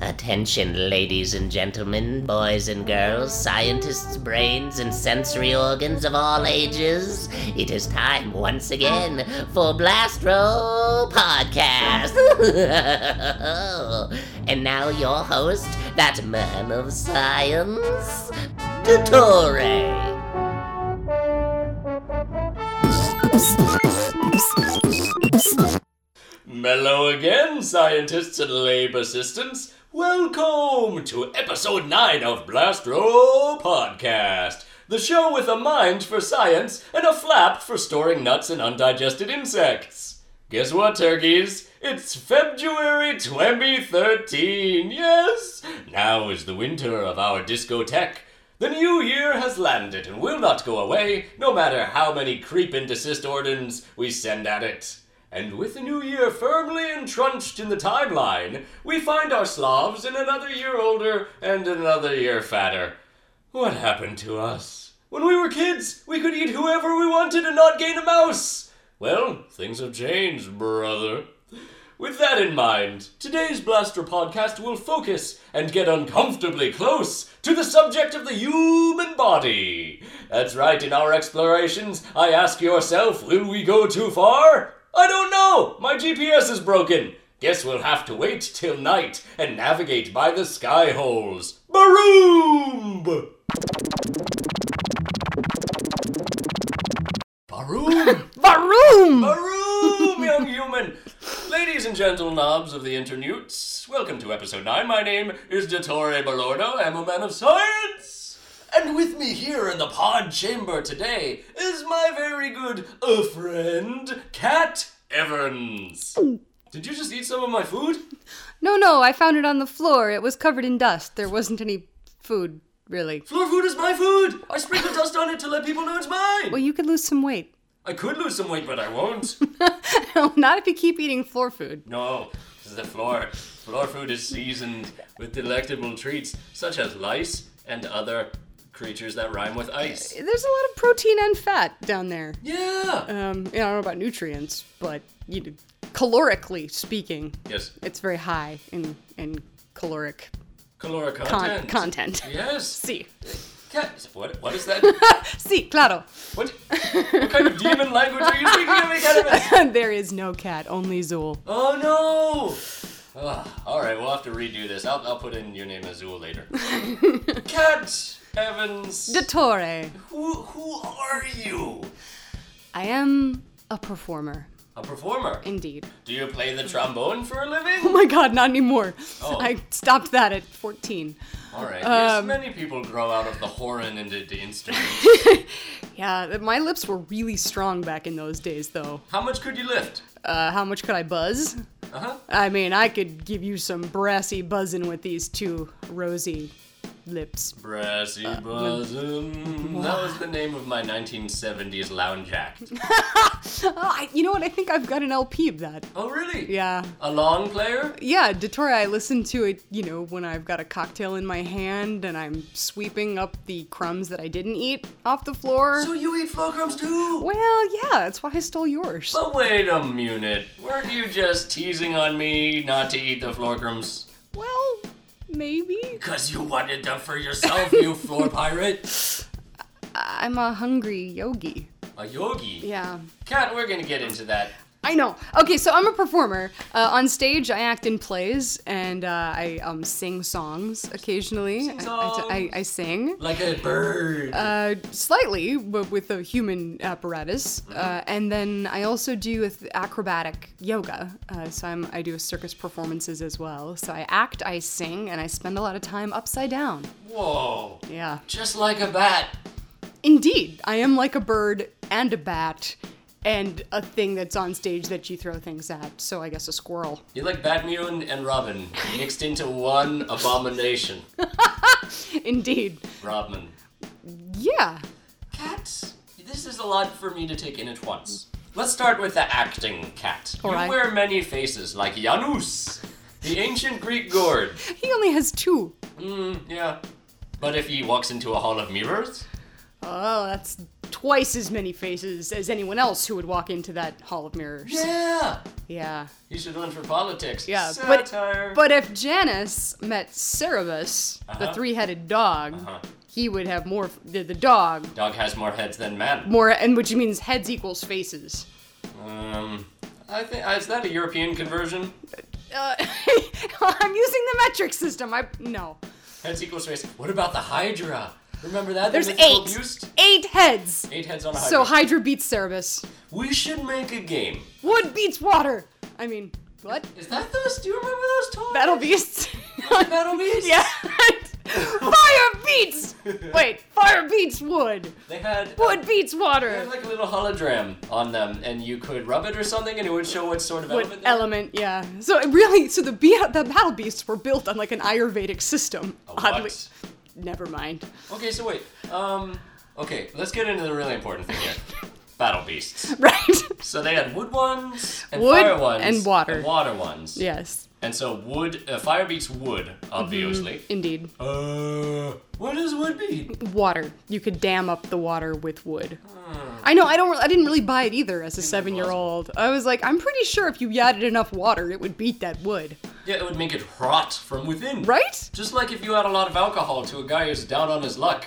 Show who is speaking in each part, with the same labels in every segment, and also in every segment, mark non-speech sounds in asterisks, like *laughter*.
Speaker 1: Attention, ladies and gentlemen, boys and girls, scientists' brains, and sensory organs of all ages. It is time once again for Blastro Podcast. *laughs* and now, your host, that man of science, Dottore.
Speaker 2: Mellow again, scientists and lab assistants. Welcome to episode 9 of Blastro Podcast, the show with a mind for science and a flap for storing nuts and undigested insects. Guess what, turkeys? It's February 2013, yes? Now is the winter of our discotheque. The new year has landed and will not go away, no matter how many creep and desist orders we send at it. And with the new year firmly entrenched in the timeline, we find our Slavs in another year older and another year fatter. What happened to us? When we were kids, we could eat whoever we wanted and not gain a mouse. Well, things have changed, brother. With that in mind, today's Blaster podcast will focus and get uncomfortably close to the subject of the human body. That's right, in our explorations, I ask yourself, will we go too far? I don't know! My GPS is broken! Guess we'll have to wait till night and navigate by the sky holes. Baroom! Baroom!
Speaker 3: Varoom!
Speaker 2: Baroom, young human! Ladies and gentle knobs of the internets, welcome to episode 9. My name is Dottore Balordo. I'm a man of science! And with me here in the pod chamber today is my very good uh, friend, Cat Evans. Did you just eat some of my food?
Speaker 3: No, no, I found it on the floor. It was covered in dust. There wasn't any food, really.
Speaker 2: Floor food is my food! I sprinkle dust on it to let people know it's mine!
Speaker 3: Well, you could lose some weight. *laughs*
Speaker 2: I could lose some weight, but I won't.
Speaker 3: No, not if you keep eating floor food.
Speaker 2: No, this is the floor. Floor food is seasoned with delectable treats such as lice and other creatures that rhyme with ice.
Speaker 3: There's a lot of protein and fat down there.
Speaker 2: Yeah.
Speaker 3: Um, yeah, I don't know about nutrients, but you know, calorically speaking,
Speaker 2: Yes.
Speaker 3: it's very high in in caloric
Speaker 2: Caloric
Speaker 3: con-
Speaker 2: content.
Speaker 3: content. *laughs*
Speaker 2: Yes.
Speaker 3: See,
Speaker 2: Cat. What? What is
Speaker 3: *laughs*
Speaker 2: that?
Speaker 3: see, claro. *laughs*
Speaker 2: what? What kind of demon language are you speaking to me, Cannabis?
Speaker 3: there is no cat, only Zool.
Speaker 2: Oh no. Ah, all right, we'll have to redo this. I'll, I'll put in your name Azul
Speaker 3: *laughs*
Speaker 2: later. Cat Evans.
Speaker 3: Dottore,
Speaker 2: who, who are you?
Speaker 3: I am a performer,
Speaker 2: A performer.
Speaker 3: indeed.
Speaker 2: Do you play the trombone for a living?
Speaker 3: Oh *laughs* my god, not anymore.
Speaker 2: Oh.
Speaker 3: I stopped that at 14.
Speaker 2: All right. yes,
Speaker 3: Um,
Speaker 2: many people grow out of the horn and into
Speaker 3: *laughs*
Speaker 2: instruments.
Speaker 3: Yeah, th- my lips were really strong back in those days, though.
Speaker 2: How much could you lift?
Speaker 3: Uh, how much could I buzz?
Speaker 2: Uh huh.
Speaker 3: I mean, I could give you some brassy buzzing with these two rosy lips.
Speaker 2: Brassy
Speaker 3: Uh,
Speaker 2: bosom. That was the name of my 1970s lounge
Speaker 3: *laughs*
Speaker 2: act.
Speaker 3: Oh, I, you know what? I think I've got an LP of that.
Speaker 2: Oh, really?
Speaker 3: Yeah.
Speaker 2: A long player?
Speaker 3: Yeah, Dottore, I listen to it, you know, when I've got a cocktail in my hand and I'm sweeping up the crumbs that I didn't eat off the floor.
Speaker 2: So you eat flow crumbs too?
Speaker 3: well, yeah, that's why I stole yours.
Speaker 2: But wait a minute. Weren't you just teasing on me not to eat the floor crumbs?
Speaker 3: Well, maybe.
Speaker 2: Because you wanted them for yourself,
Speaker 3: *laughs*
Speaker 2: you floor pirate.
Speaker 3: I'm a hungry yogi.
Speaker 2: A yogi.
Speaker 3: Yeah.
Speaker 2: Cat, we're gonna get into that.
Speaker 3: I know. Okay, so I'm a performer. Uh, on stage, I act in plays and uh, I um, sing songs occasionally. I-
Speaker 2: songs.
Speaker 3: I, I, I sing.
Speaker 2: Like a bird.
Speaker 3: Uh, slightly, but with a human apparatus, uh, and then I also do with acrobatic yoga. Uh, so I'm, I do circus performances as well. So I act, I sing, and I spend a lot of time upside down.
Speaker 2: Whoa.
Speaker 3: Yeah,
Speaker 2: Just like a bat.
Speaker 3: indeed, I am like a bird and a bat, and a thing that's on stage that you throw things at. So I guess a squirrel. *laughs*
Speaker 2: You're like Batman and Robin mixed into one abomination.
Speaker 3: Indeed.
Speaker 2: Robin.
Speaker 3: Yeah.
Speaker 2: Cat, this is a lot for me to take in at once. Let's start with the acting cat. you
Speaker 3: Alright.
Speaker 2: wear many faces, like Janus, the ancient Greek gourd.
Speaker 3: He only has two.
Speaker 2: Yeah. But if he walks into a hall of mirrors,
Speaker 3: Oh, that's twice as many faces as anyone else who would walk into that hall of mirrors.
Speaker 2: *laughs* Yeah.
Speaker 3: Yeah.
Speaker 2: You should run for politics.
Speaker 3: Yeah,
Speaker 2: Satire.
Speaker 3: but but if Janus met Cerberus, the three-headed dog, he would have more. f- The, the dog
Speaker 2: Dog has more heads than man.
Speaker 3: more, and which means heads equals faces.
Speaker 2: Um, I think is that a European conversion?
Speaker 3: Uh, *laughs* I'm using the metric system. I no.
Speaker 2: Heads equals face. What about the Hydra? Remember that? The
Speaker 3: There's
Speaker 2: mythical
Speaker 3: eight.
Speaker 2: beast?
Speaker 3: Eight heads.
Speaker 2: Eight heads on a Hydra.
Speaker 3: So Hydra beats Cerberus.
Speaker 2: we should make a game.
Speaker 3: Wood beats water. I mean, what?
Speaker 2: Is that those? Do you remember those toys?
Speaker 3: Battle beasts.
Speaker 2: *laughs* Battle beasts.
Speaker 3: yeah. *laughs* fire beats. Wait, fire beats wood.
Speaker 2: They
Speaker 3: *laughs*
Speaker 2: had.
Speaker 3: Wood beats
Speaker 2: They
Speaker 3: water.
Speaker 2: had like a little hologram on them, and you could rub it or something, and it would show what sort of
Speaker 3: What
Speaker 2: element. they were.
Speaker 3: element? Yeah. So it really, so the be- the battle beasts were built on like an Ayurvedic system.
Speaker 2: A what?
Speaker 3: Oddly, never mind. *laughs*
Speaker 2: Okay, so wait. Um, okay, let's get into the really important thing here. Battle beasts.
Speaker 3: Right.
Speaker 2: So they had wood ones and
Speaker 3: Wood
Speaker 2: fire ones
Speaker 3: and water.
Speaker 2: and water ones.
Speaker 3: yes.
Speaker 2: And so wood, uh, fire beats wood, obviously.
Speaker 3: Indeed.
Speaker 2: Uh, what does wood beat?
Speaker 3: Water. You could dam up the water with wood. I know. I don't. I Hmm. didn't really buy it either as a seven-year-old. I was like, I'm pretty sure if you added enough water, it would beat that wood.
Speaker 2: Yeah, it would make it rot from within.
Speaker 3: Right? *laughs*
Speaker 2: Just like if you add a lot of alcohol to a guy who's down on his luck.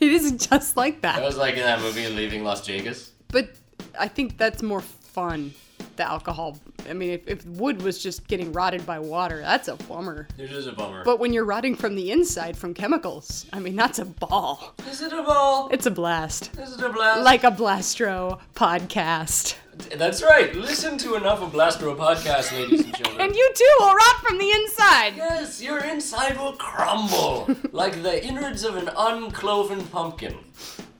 Speaker 3: It is just like
Speaker 2: That
Speaker 3: that.
Speaker 2: was like in that movie Leaving Las Vegas.
Speaker 3: But I think that's more fun. The alcohol. I mean, if, if wood was just getting rotted by water, that's a bummer.
Speaker 2: It is a bummer.
Speaker 3: But when you're rotting from the inside from chemicals, I mean, that's a ball.
Speaker 2: is it a ball?
Speaker 3: It's a blast.
Speaker 2: Is it a blast?
Speaker 3: Like a Blastro podcast.
Speaker 2: That's right. Listen to enough of Blastro podcast, ladies and gentlemen.
Speaker 3: And you too will rot from the inside.
Speaker 2: Yes, your inside will crumble like the innards of an uncloven pumpkin.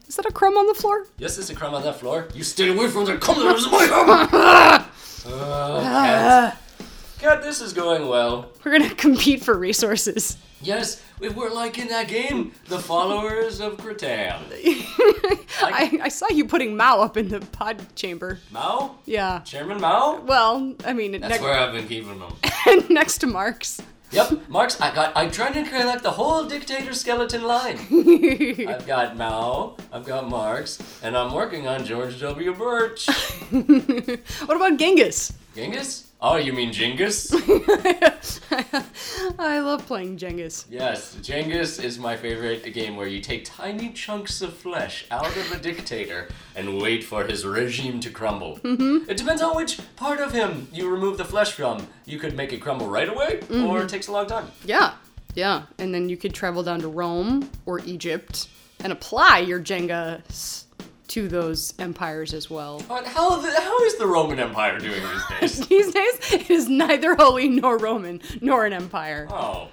Speaker 3: Is that a crumb on the floor?
Speaker 2: Yes, there's a crumb on that floor. You stay away from the crumbs
Speaker 3: *laughs*
Speaker 2: of my hammer!
Speaker 3: Ah.
Speaker 2: Oh, cat. Cat, this is going well.
Speaker 3: We're gonna *laughs* compete for resources.
Speaker 2: Yes, we were like in that game, the followers of Cretan.
Speaker 3: I, I saw you putting Mao up in the pod chamber.
Speaker 2: Mao?
Speaker 3: Yeah.
Speaker 2: Chairman Mao?
Speaker 3: Well, I mean,
Speaker 2: That's
Speaker 3: ne-
Speaker 2: where I've been keeping them. *laughs*
Speaker 3: *laughs* next to Mark's.
Speaker 2: Yep, Marks, I got. I tried to collect the whole dictator skeleton line.
Speaker 3: *laughs*
Speaker 2: I've got Mao, I've got Marx, and I'm working on George W. Birch.
Speaker 3: What about *laughs* Genghis?
Speaker 2: Genghis? Oh, you mean Genghis?
Speaker 3: I love playing Genghis.
Speaker 2: yes, Genghis is my favorite game where you take tiny chunks of flesh out of a dictator and wait for his regime to crumble. Mm-hmm. It depends on which part of him you remove the flesh from. You could make it crumble right away, or it takes a long time.
Speaker 3: Yeah, yeah. And then you could travel down to Rome or Egypt and apply your Jenga s- to those empires as well.
Speaker 2: But how, the, how is the Roman Empire doing these days?
Speaker 3: *laughs* These days, it is neither holy nor Roman nor an empire.
Speaker 2: oh.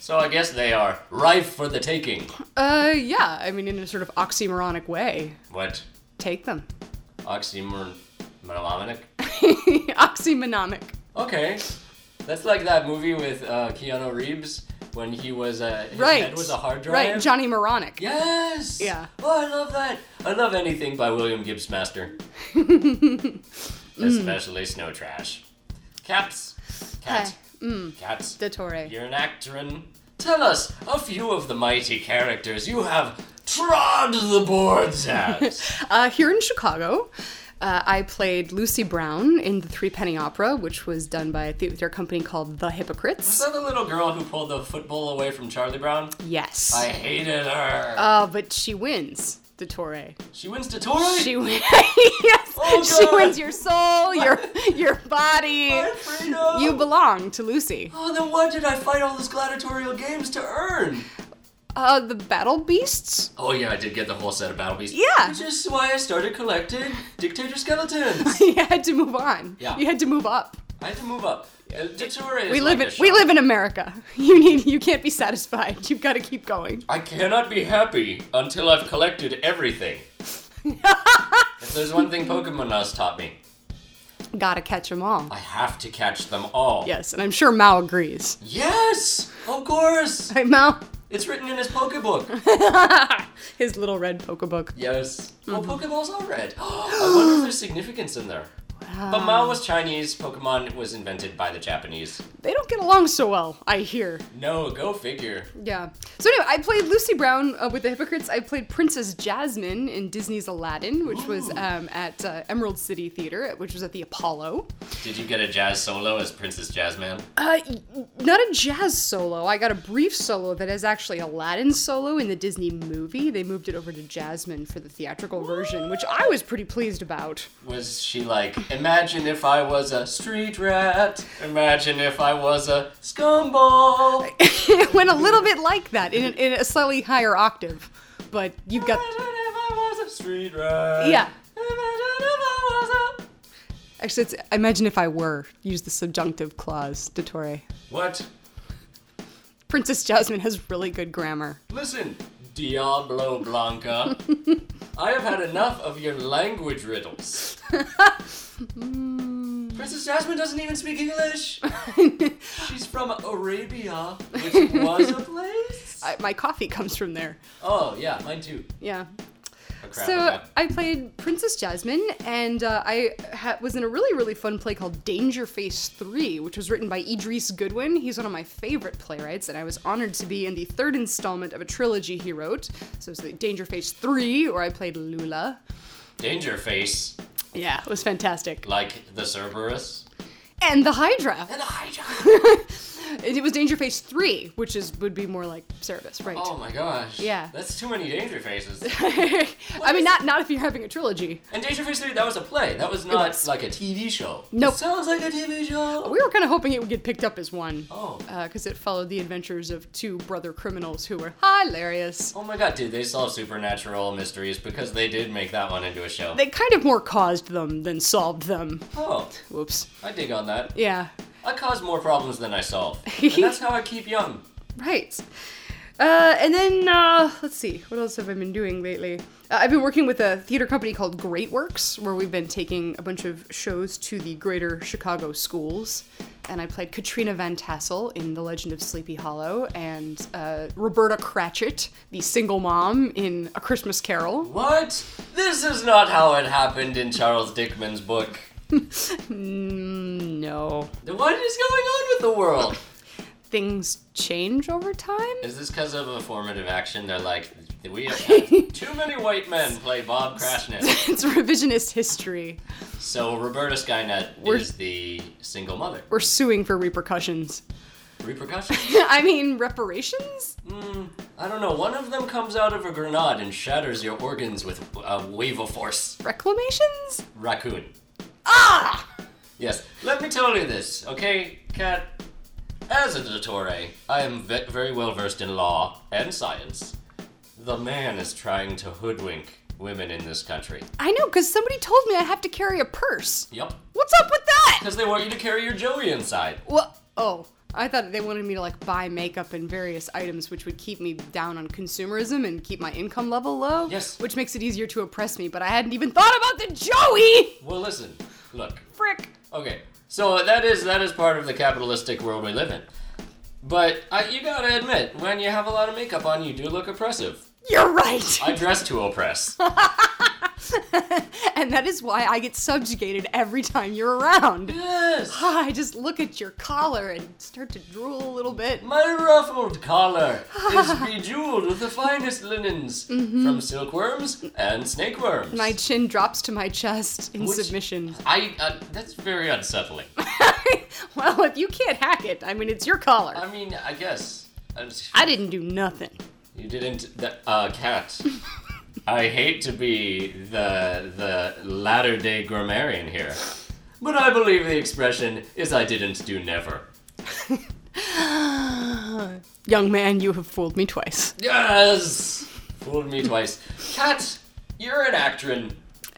Speaker 2: So I guess they are rife for the taking.
Speaker 3: Uh, yeah. I mean, in a sort of oxymoronic way,
Speaker 2: What?
Speaker 3: take them.
Speaker 2: Oxymoron. Mnemonic?
Speaker 3: *laughs* Oxymonomic.
Speaker 2: Okay, that's like that movie with uh, Keanu Reeves when he was uh, his
Speaker 3: Right.
Speaker 2: head was a hard drive.
Speaker 3: Right, Johnny Moronic.
Speaker 2: yes.
Speaker 3: Yeah.
Speaker 2: Oh, I love that. I love anything by William Gibbs
Speaker 3: *laughs*
Speaker 2: Master,
Speaker 3: Mm.
Speaker 2: especially Snow Trash. Cats. Cat.
Speaker 3: Mm.
Speaker 2: Cats.
Speaker 3: De Torre.
Speaker 2: You're an actorin. Tell us a few of the mighty characters you have trod the boards
Speaker 3: *laughs*
Speaker 2: as.
Speaker 3: Uh, here in Chicago, uh, I played Lucy Brown in the Three Penny Opera, which was done by a theater company called The
Speaker 2: Is
Speaker 3: Hypocrites.
Speaker 2: that the little girl who pulled the football away from Charlie Brown?
Speaker 3: Yes.
Speaker 2: I hated her.
Speaker 3: Uh, but she wins the Torre.
Speaker 2: she wins to Tori.
Speaker 3: She wins. *laughs* yes.
Speaker 2: Oh,
Speaker 3: she
Speaker 2: God.
Speaker 3: wins your soul, your your body.
Speaker 2: My freedom.
Speaker 3: You belong to Lucy.
Speaker 2: Oh, then why did I fight all those gladiatorial games to earn?
Speaker 3: Uh, the battle beasts. *laughs*
Speaker 2: Oh yeah, I did get the whole set of battle beasts.
Speaker 3: Yeah.
Speaker 2: Which is why I started collecting dictator skeletons.
Speaker 3: you had to move on.
Speaker 2: Yeah.
Speaker 3: You had to move up.
Speaker 2: I had to move up. Uh, Dictator is
Speaker 3: We live
Speaker 2: like
Speaker 3: in
Speaker 2: a
Speaker 3: we
Speaker 2: shop.
Speaker 3: live in America. *laughs* You need you can't be satisfied. *laughs* You've got to keep going.
Speaker 2: I cannot be happy until I've collected everything. if there's one thing Pokemon has taught me,
Speaker 3: Got to catch them all.
Speaker 2: I have to catch them all.
Speaker 3: Yes, and I'm sure Mao agrees. *laughs*
Speaker 2: Yes, of course.
Speaker 3: Right, Mao?
Speaker 2: It's written in his Pokebook.
Speaker 3: His little red Pokebook.
Speaker 2: *gasps* yes. Well, Pokeballs are red. I wonder if there's significance in there. but Mao was Chinese, Pokemon was invented by the Japanese.
Speaker 3: They don't get along so well, I hear.
Speaker 2: No, go figure.
Speaker 3: Yeah. So anyway, I played Lucy Brown uh, with the Hypocrites. I played Princess Jasmine in Disney's Aladdin, which was um, at uh, Emerald City Theater, which was at the Apollo.
Speaker 2: Did you get a jazz solo as Princess Jasmine?
Speaker 3: Uh, y- not a jazz solo. I got a brief solo that is actually Aladdin's solo in the Disney movie. They moved it over to Jasmine for the theatrical version, which I was pretty pleased about. *laughs*
Speaker 2: Was she like, imagine if I was a street rat? Imagine if I was a scumball?
Speaker 3: it went a little bit like that in, in a slightly higher octave, but you got.
Speaker 2: Imagine if I was a street rat.
Speaker 3: Yeah.
Speaker 2: Imagine if I was a.
Speaker 3: Actually, it's imagine if I were. Use the subjunctive clause, Dottore.
Speaker 2: What?
Speaker 3: Princess Jasmine has really good grammar.
Speaker 2: Listen, Diablo
Speaker 3: *laughs*
Speaker 2: Blanca. I have had enough of your language riddles.
Speaker 3: *laughs*
Speaker 2: Princess Jasmine doesn't even speak
Speaker 3: *laughs*
Speaker 2: English. She's from Arabia, which was a place.
Speaker 3: I, my coffee comes from there.
Speaker 2: Oh, yeah, mine too.
Speaker 3: Yeah.
Speaker 2: Oh, crap,
Speaker 3: So
Speaker 2: okay.
Speaker 3: I played Princess Jasmine, and uh, I ha- was in a really, really fun play called Danger Face 3, which was written by Idris Goodwin. He's one of my favorite playwrights, and I was honored to be in the third installment of a trilogy he wrote. So it's the Danger Face 3, where I played Lula.
Speaker 2: Danger Face,
Speaker 3: Yeah, it was fantastic.
Speaker 2: like the Cerberus.
Speaker 3: And the Hydra.
Speaker 2: And the Hydra.
Speaker 3: And it was Danger Face 3, which is would be more like Cerberus, right?
Speaker 2: *laughs* Oh my gosh.
Speaker 3: Yeah.
Speaker 2: That's too many Danger Faces.
Speaker 3: *laughs* I mean, not not if you're having a trilogy.
Speaker 2: And Danger Face 3, that was a play. That was not
Speaker 3: was.
Speaker 2: like a TV show.
Speaker 3: Nope.
Speaker 2: It sounds like a TV show.
Speaker 3: We were kind of hoping it would get picked up as one.
Speaker 2: Oh.
Speaker 3: Because uh, it followed the adventures of two brother criminals who were hilarious.
Speaker 2: Oh my god, dude, they solve supernatural mysteries because they did make that one into a show.
Speaker 3: They kind of more caused them than solved them.
Speaker 2: oh,
Speaker 3: Whoops.
Speaker 2: I dig on that.
Speaker 3: Yeah.
Speaker 2: I cause more problems than I solve. and
Speaker 3: *laughs*
Speaker 2: that's how I keep young.
Speaker 3: Right. Uh, and then uh, let's see, what else have I been doing lately? Uh, I've been working with a theater company called Great Works, where we've been taking a bunch of shows to the greater Chicago schools. And I played Katrina Van Tassel in The Legend of Sleepy Hollow, and uh, Roberta Cratchit, the single mom in A Christmas Carol.
Speaker 2: What? This is not how it happened in Charles Dickman's book.
Speaker 3: No,
Speaker 2: What is going on with the world?
Speaker 3: things change over time.
Speaker 2: Is this because of affirmative action? They're like, we have
Speaker 3: *laughs*
Speaker 2: had too many white men play Bob Krasnick.
Speaker 3: it's revisionist history.
Speaker 2: So Roberta Skynet
Speaker 3: We're-
Speaker 2: is the single mother.
Speaker 3: We're suing for repercussions. *laughs*
Speaker 2: Repercussions?
Speaker 3: I mean, reparations?
Speaker 2: I don't know. One of them comes out of a grenade and shatters your organs with a wave of force.
Speaker 3: Reclamations?
Speaker 2: raccoon. Ah! Yes, let me tell you this, okay, Cat? As a dottore, I am ve- very well versed in law and science. The man is trying to hoodwink women in this country.
Speaker 3: I know, because somebody told me I have to carry a purse.
Speaker 2: Yep.
Speaker 3: What's up with that?
Speaker 2: Because they want you to carry your Joey inside.
Speaker 3: Well, oh, I thought they wanted me to like buy makeup and various items, which would keep me down on consumerism and keep my income level low.
Speaker 2: Yes.
Speaker 3: Which makes it easier to oppress me, but I hadn't even thought about the Joey!
Speaker 2: Well, listen, look.
Speaker 3: Frick.
Speaker 2: Okay, so that is that is part of the capitalistic world we live in. But I, you gotta admit, when you have a lot of makeup on, you do look oppressive.
Speaker 3: You're right!
Speaker 2: I dress to oppress.
Speaker 3: *laughs* and that is why I get subjugated every time you're around.
Speaker 2: yes.
Speaker 3: I just look at your collar and start to drool a little bit.
Speaker 2: My ruffled collar
Speaker 3: *laughs*
Speaker 2: is bejeweled with the finest linens from silkworms and snakeworms.
Speaker 3: Mm-hmm. My chin drops to my chest in
Speaker 2: Which-
Speaker 3: submission. *laughs*
Speaker 2: I uh, that's very unsettling.
Speaker 3: well, if you can't hack it, I mean, it's your collar.
Speaker 2: I mean, I guess I'm s-
Speaker 3: I didn't do nothing.
Speaker 2: you didn't. That, uh, cat. I hate to be the the latter day grammarian here, but I believe the expression is "I didn't do never."
Speaker 3: Young man, you have fooled me twice.
Speaker 2: Yes, fooled me twice. Cat, you're an actron.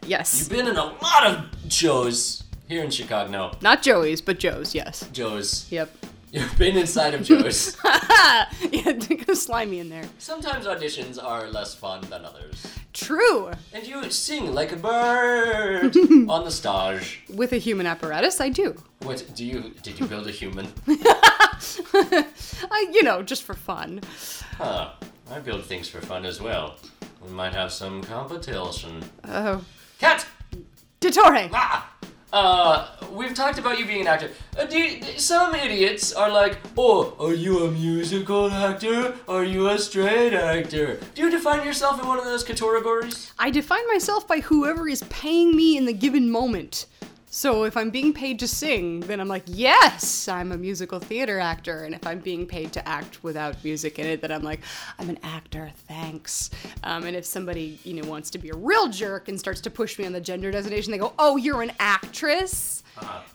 Speaker 3: Yes.
Speaker 2: You've been in a lot of shows here in Chicago.
Speaker 3: Not Joey's, but Joe's, yes.
Speaker 2: Joe's.
Speaker 3: Yep. *laughs*
Speaker 2: You've been inside of Joe's.
Speaker 3: yeah, *laughs* go slimy in there.
Speaker 2: Sometimes auditions are less fun than others.
Speaker 3: True.
Speaker 2: And you sing like a bird on the stage.
Speaker 3: With a human apparatus, I do.
Speaker 2: What do you did you build a human?
Speaker 3: I, you know, just for fun.
Speaker 2: Huh. I build things for fun as well. We might have some competition.
Speaker 3: Oh.
Speaker 2: Cat!
Speaker 3: Dottore!
Speaker 2: Ah! Uh, we've talked about you being an actor. Uh, do you- d- some idiots are like, oh, are you a musical actor? Are you a straight actor? Do you define yourself in one of those categories?
Speaker 3: I define myself by whoever is paying me in the given moment. So if I'm being paid to sing, then I'm like, yes, I'm a musical theater actor. And if I'm being paid to act without music in it, then I'm like, I'm an actor, thanks. Um, and if somebody, you know, wants to be a real jerk and starts to push me on the gender designation, they go, oh, you're an actress.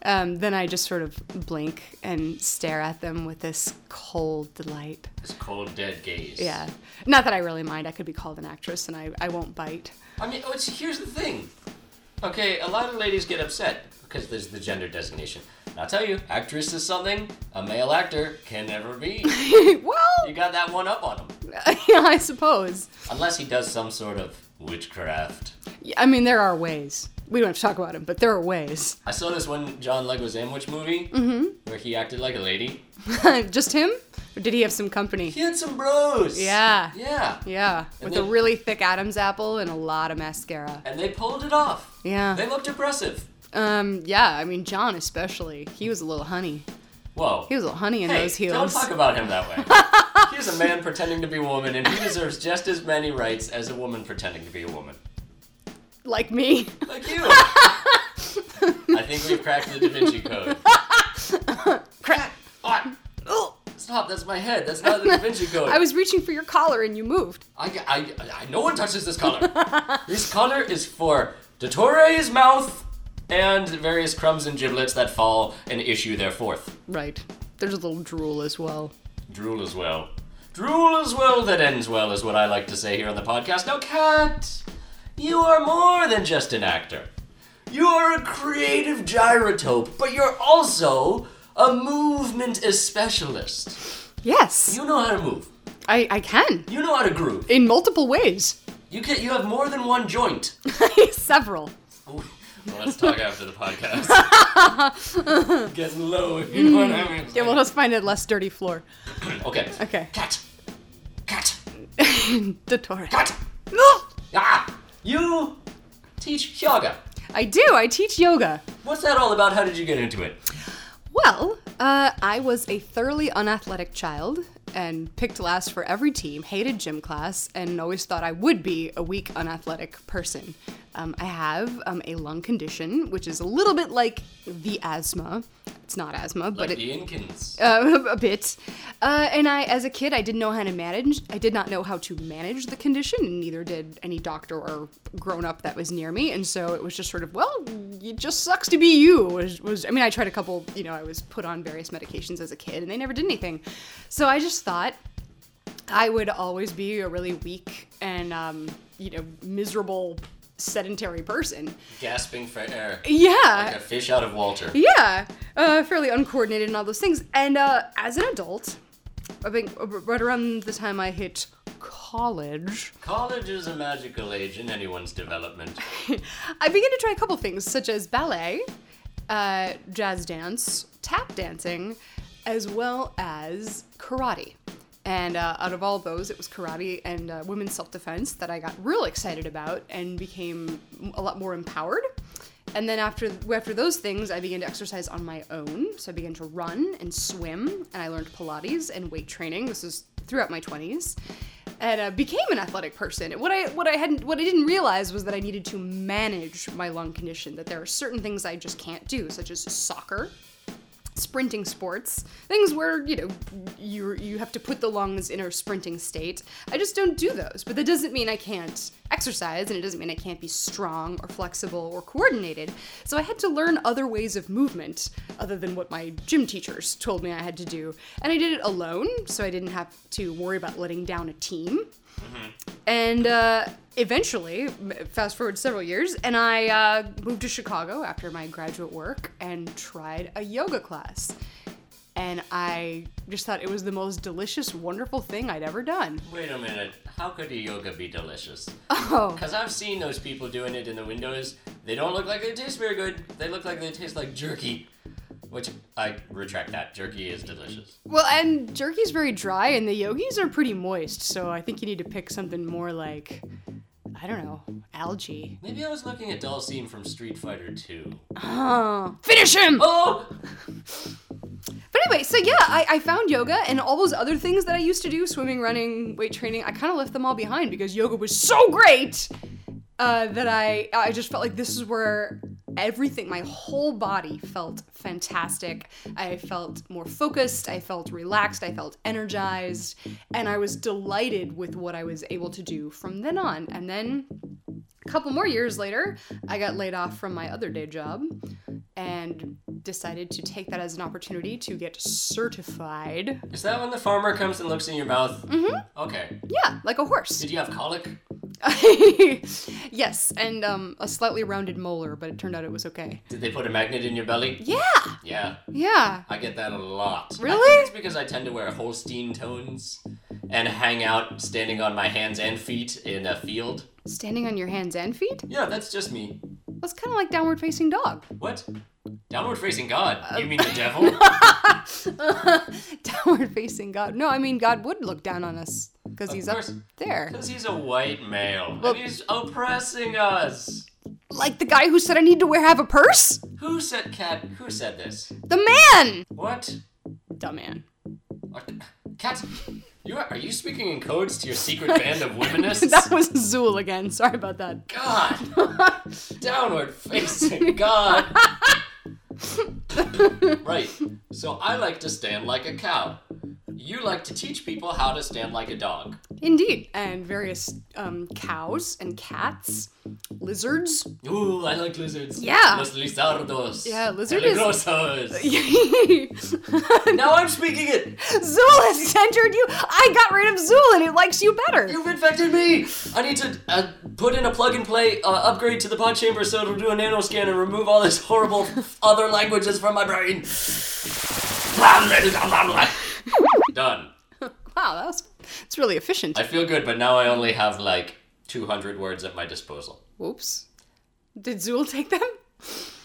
Speaker 3: Um, then I just sort of blink and stare at them with this cold delight.
Speaker 2: It's cold, dead gaze.
Speaker 3: Yeah. Not that I really mind. I could be called an actress and I, I won't bite. *laughs*
Speaker 2: I mean, oh, it's, here's the thing. Okay, a lot of ladies get upset because there's the gender designation. And I'll tell you, actress is something a male actor can never be.
Speaker 3: well,
Speaker 2: you got that one up on him.
Speaker 3: *laughs* yeah, I suppose.
Speaker 2: Unless he does some sort of witchcraft.
Speaker 3: Yeah, I mean, there are ways. We don't have to talk about them, but there are ways. *laughs*
Speaker 2: I saw this one John Leguizamo which movie
Speaker 3: Mm-hmm.
Speaker 2: where he acted like a lady.
Speaker 3: Just him? Or did he have some company?
Speaker 2: He had some bros.
Speaker 3: Yeah.
Speaker 2: Yeah.
Speaker 3: Yeah, with
Speaker 2: then-
Speaker 3: a really thick Adam's apple and a lot of mascara.
Speaker 2: And they pulled it off. They
Speaker 3: Yeah.
Speaker 2: looked impressive.
Speaker 3: Um, yeah, I mean, John especially. He was a little honey.
Speaker 2: Whoa.
Speaker 3: He was a little honey in
Speaker 2: hey,
Speaker 3: those
Speaker 2: don't
Speaker 3: heels.
Speaker 2: talk about him that way. He's a man pretending to be a woman, and he deserves just as many rights as a woman pretending to be a woman.
Speaker 3: *laughs* like me. *laughs*
Speaker 2: Like you. I think we've cracked the Da Vinci Code. Crack! Ah,
Speaker 3: Oh,
Speaker 2: stop, that's my head. That's not the Da Vinci Code.
Speaker 3: I was reaching for your collar and you moved.
Speaker 2: I, I, I, no one touches this collar. this collar is for Dottore's mouth and various crumbs and giblets that fall and issue their forth.
Speaker 3: Right. There's a little drool as well.
Speaker 2: Drool as well. Drool as well that ends well is what I like to say here on the podcast. Now, Kat, you are more than just an actor. You are a creative gyrotope, but you're also a movement specialist.
Speaker 3: Yes,
Speaker 2: You know how to move.
Speaker 3: I, I can.
Speaker 2: You know how to groove.
Speaker 3: In multiple ways. *laughs*
Speaker 2: You can, you have more than one joint.
Speaker 3: Several.
Speaker 2: Well, let's talk after the podcast. *laughs* Getting low, if you know what I mean.
Speaker 3: Yeah, well, let's find a less dirty floor.
Speaker 2: Okay.
Speaker 3: Okay. *laughs*
Speaker 2: Cat. Cat.
Speaker 3: Dottore.
Speaker 2: Cat.
Speaker 3: Ah!
Speaker 2: Ah! You teach yoga.
Speaker 3: I do. I teach yoga.
Speaker 2: What's that all about? How did you get into it?
Speaker 3: Well, uh, I was a thoroughly unathletic child and picked last for every team, hated gym class, and always thought I would be a weak, unathletic person. Um, I have um, a lung condition, which is a little bit like the asthma. It's not asthma, but
Speaker 2: Like
Speaker 3: it,
Speaker 2: the Inkins.
Speaker 3: uh, *laughs* a bit. Uh, and I, as a kid, I didn't know how to manage. I did not know how to manage the condition, and neither did any doctor or grown up that was near me. And so it was just sort of, well, it just sucks to be you. Was, was I mean, I tried a couple. You know, I was put on various medications as a kid, and they never did anything. So I just thought I would always be a really weak and um, you know miserable sedentary person.
Speaker 2: Gasping for air.
Speaker 3: Yeah.
Speaker 2: Like a fish out of water.
Speaker 3: *laughs* Yeah, uh, fairly uncoordinated and all those things. And uh, as an adult, I think uh, right around the time I hit college,
Speaker 2: College is a magical age in anyone's development.
Speaker 3: I began to try a couple things such as ballet, uh, jazz dance, tap dancing, as well as karate. And uh, out of all those, it was karate and uh, women's self defense that I got real excited about and became a lot more empowered. And then after after those things, I began to exercise on my own. So I began to run and swim, and I learned Pilates and weight training. This was throughout my twenties and uh, became an athletic person. What I what I hadn't what I didn't realize was that I needed to manage my lung condition. That there are certain things I just can't do, such as soccer, sprinting sports, things where you know you you have to put the lungs in a sprinting state. I just don't do those, but that doesn't mean I can't exercise, and it doesn't mean I can't be strong or flexible or coordinated. So I had to learn other ways of movement other than what my gym teachers told me I had to do, and I did it alone, so I didn't have to worry about letting down a team and uh, eventually, m- fast forward several years, and I uh, moved to Chicago after my graduate work and tried a yoga class. And I just thought it was the most delicious, wonderful thing I'd ever done.
Speaker 2: Wait a minute. How could a yoga be delicious?
Speaker 3: Oh,
Speaker 2: Because I've seen those people doing it in the windows. They don't look like they taste very good. They look like they taste like jerky. Which, I retract that. Jerky is delicious.
Speaker 3: well, and jerky's very dry, and the yogis are pretty moist, so I think you need to pick something more like, I I don't know, algae.
Speaker 2: Maybe I was looking at Dalsim from Street Fighter 2.
Speaker 3: Oh, finish him!
Speaker 2: Oh!
Speaker 3: But anyway, so yeah, I, I found yoga and all those other things that I used to do swimming, running, weight training I kind of left them all behind because yoga was so great uh, that I, I just felt like this is where everything, my whole body felt fantastic. I felt more focused, I felt relaxed, I felt energized, and I was delighted with what I was able to do from then on. And then a couple more years later, I got laid off from my other day job and decided to take that as an opportunity to get certified.
Speaker 2: Is that when the farmer comes and looks in your mouth? Mm-hmm. Okay.
Speaker 3: Yeah, like a horse. *laughs*
Speaker 2: Did you have colic?
Speaker 3: yes, and um, a slightly rounded molar, but it turned out it was okay.
Speaker 2: Did they put a magnet in your belly?
Speaker 3: Yeah,
Speaker 2: Yeah.
Speaker 3: yeah.
Speaker 2: I get that a lot. I
Speaker 3: Really?
Speaker 2: think it's because I tend to wear Holstein tones and hang out standing on my hands and feet in a field.
Speaker 3: Standing on your hands and feet?
Speaker 2: Yeah, that's just me.
Speaker 3: That's kind of like downward facing dog. *laughs*
Speaker 2: What? Downward facing God? you mean the devil? *laughs*
Speaker 3: downward facing God. No, I mean, God would look down on us because he's up
Speaker 2: course.
Speaker 3: there.
Speaker 2: Because he's a white male and he's oppressing us.
Speaker 3: Like the guy who said, I need to wear have a purse?
Speaker 2: Who said cat? Who said this?
Speaker 3: The man!
Speaker 2: What?
Speaker 3: Dumb man.
Speaker 2: What the- Cat, you are, are you speaking in codes to your secret band of womenists?
Speaker 3: *laughs* that was Zool again. Sorry about that.
Speaker 2: God, downward facing God. right. So I like to stand like a cow. You like to teach people how to stand like a dog.
Speaker 3: Indeed. And various um, cows and cats, lizards. *laughs*
Speaker 2: Ooh, I like lizards.
Speaker 3: Yeah.
Speaker 2: Los lizardos.
Speaker 3: Yeah, lizard is- *laughs*
Speaker 2: Peligrosos.
Speaker 3: Zool
Speaker 2: now I'm speaking it.
Speaker 3: has entered you. I got rid of Zool and it likes you better.
Speaker 2: You've infected me! I need to uh, put in a plug and play uh, upgrade to the pod chamber so it'll do a nano scan and remove all this
Speaker 3: *laughs*
Speaker 2: horrible other languages from my brain. Done.
Speaker 3: Wow, that was it's really efficient.
Speaker 2: I feel good, but now I only have like 200 words at my disposal.
Speaker 3: Whoops. Did Zool take them?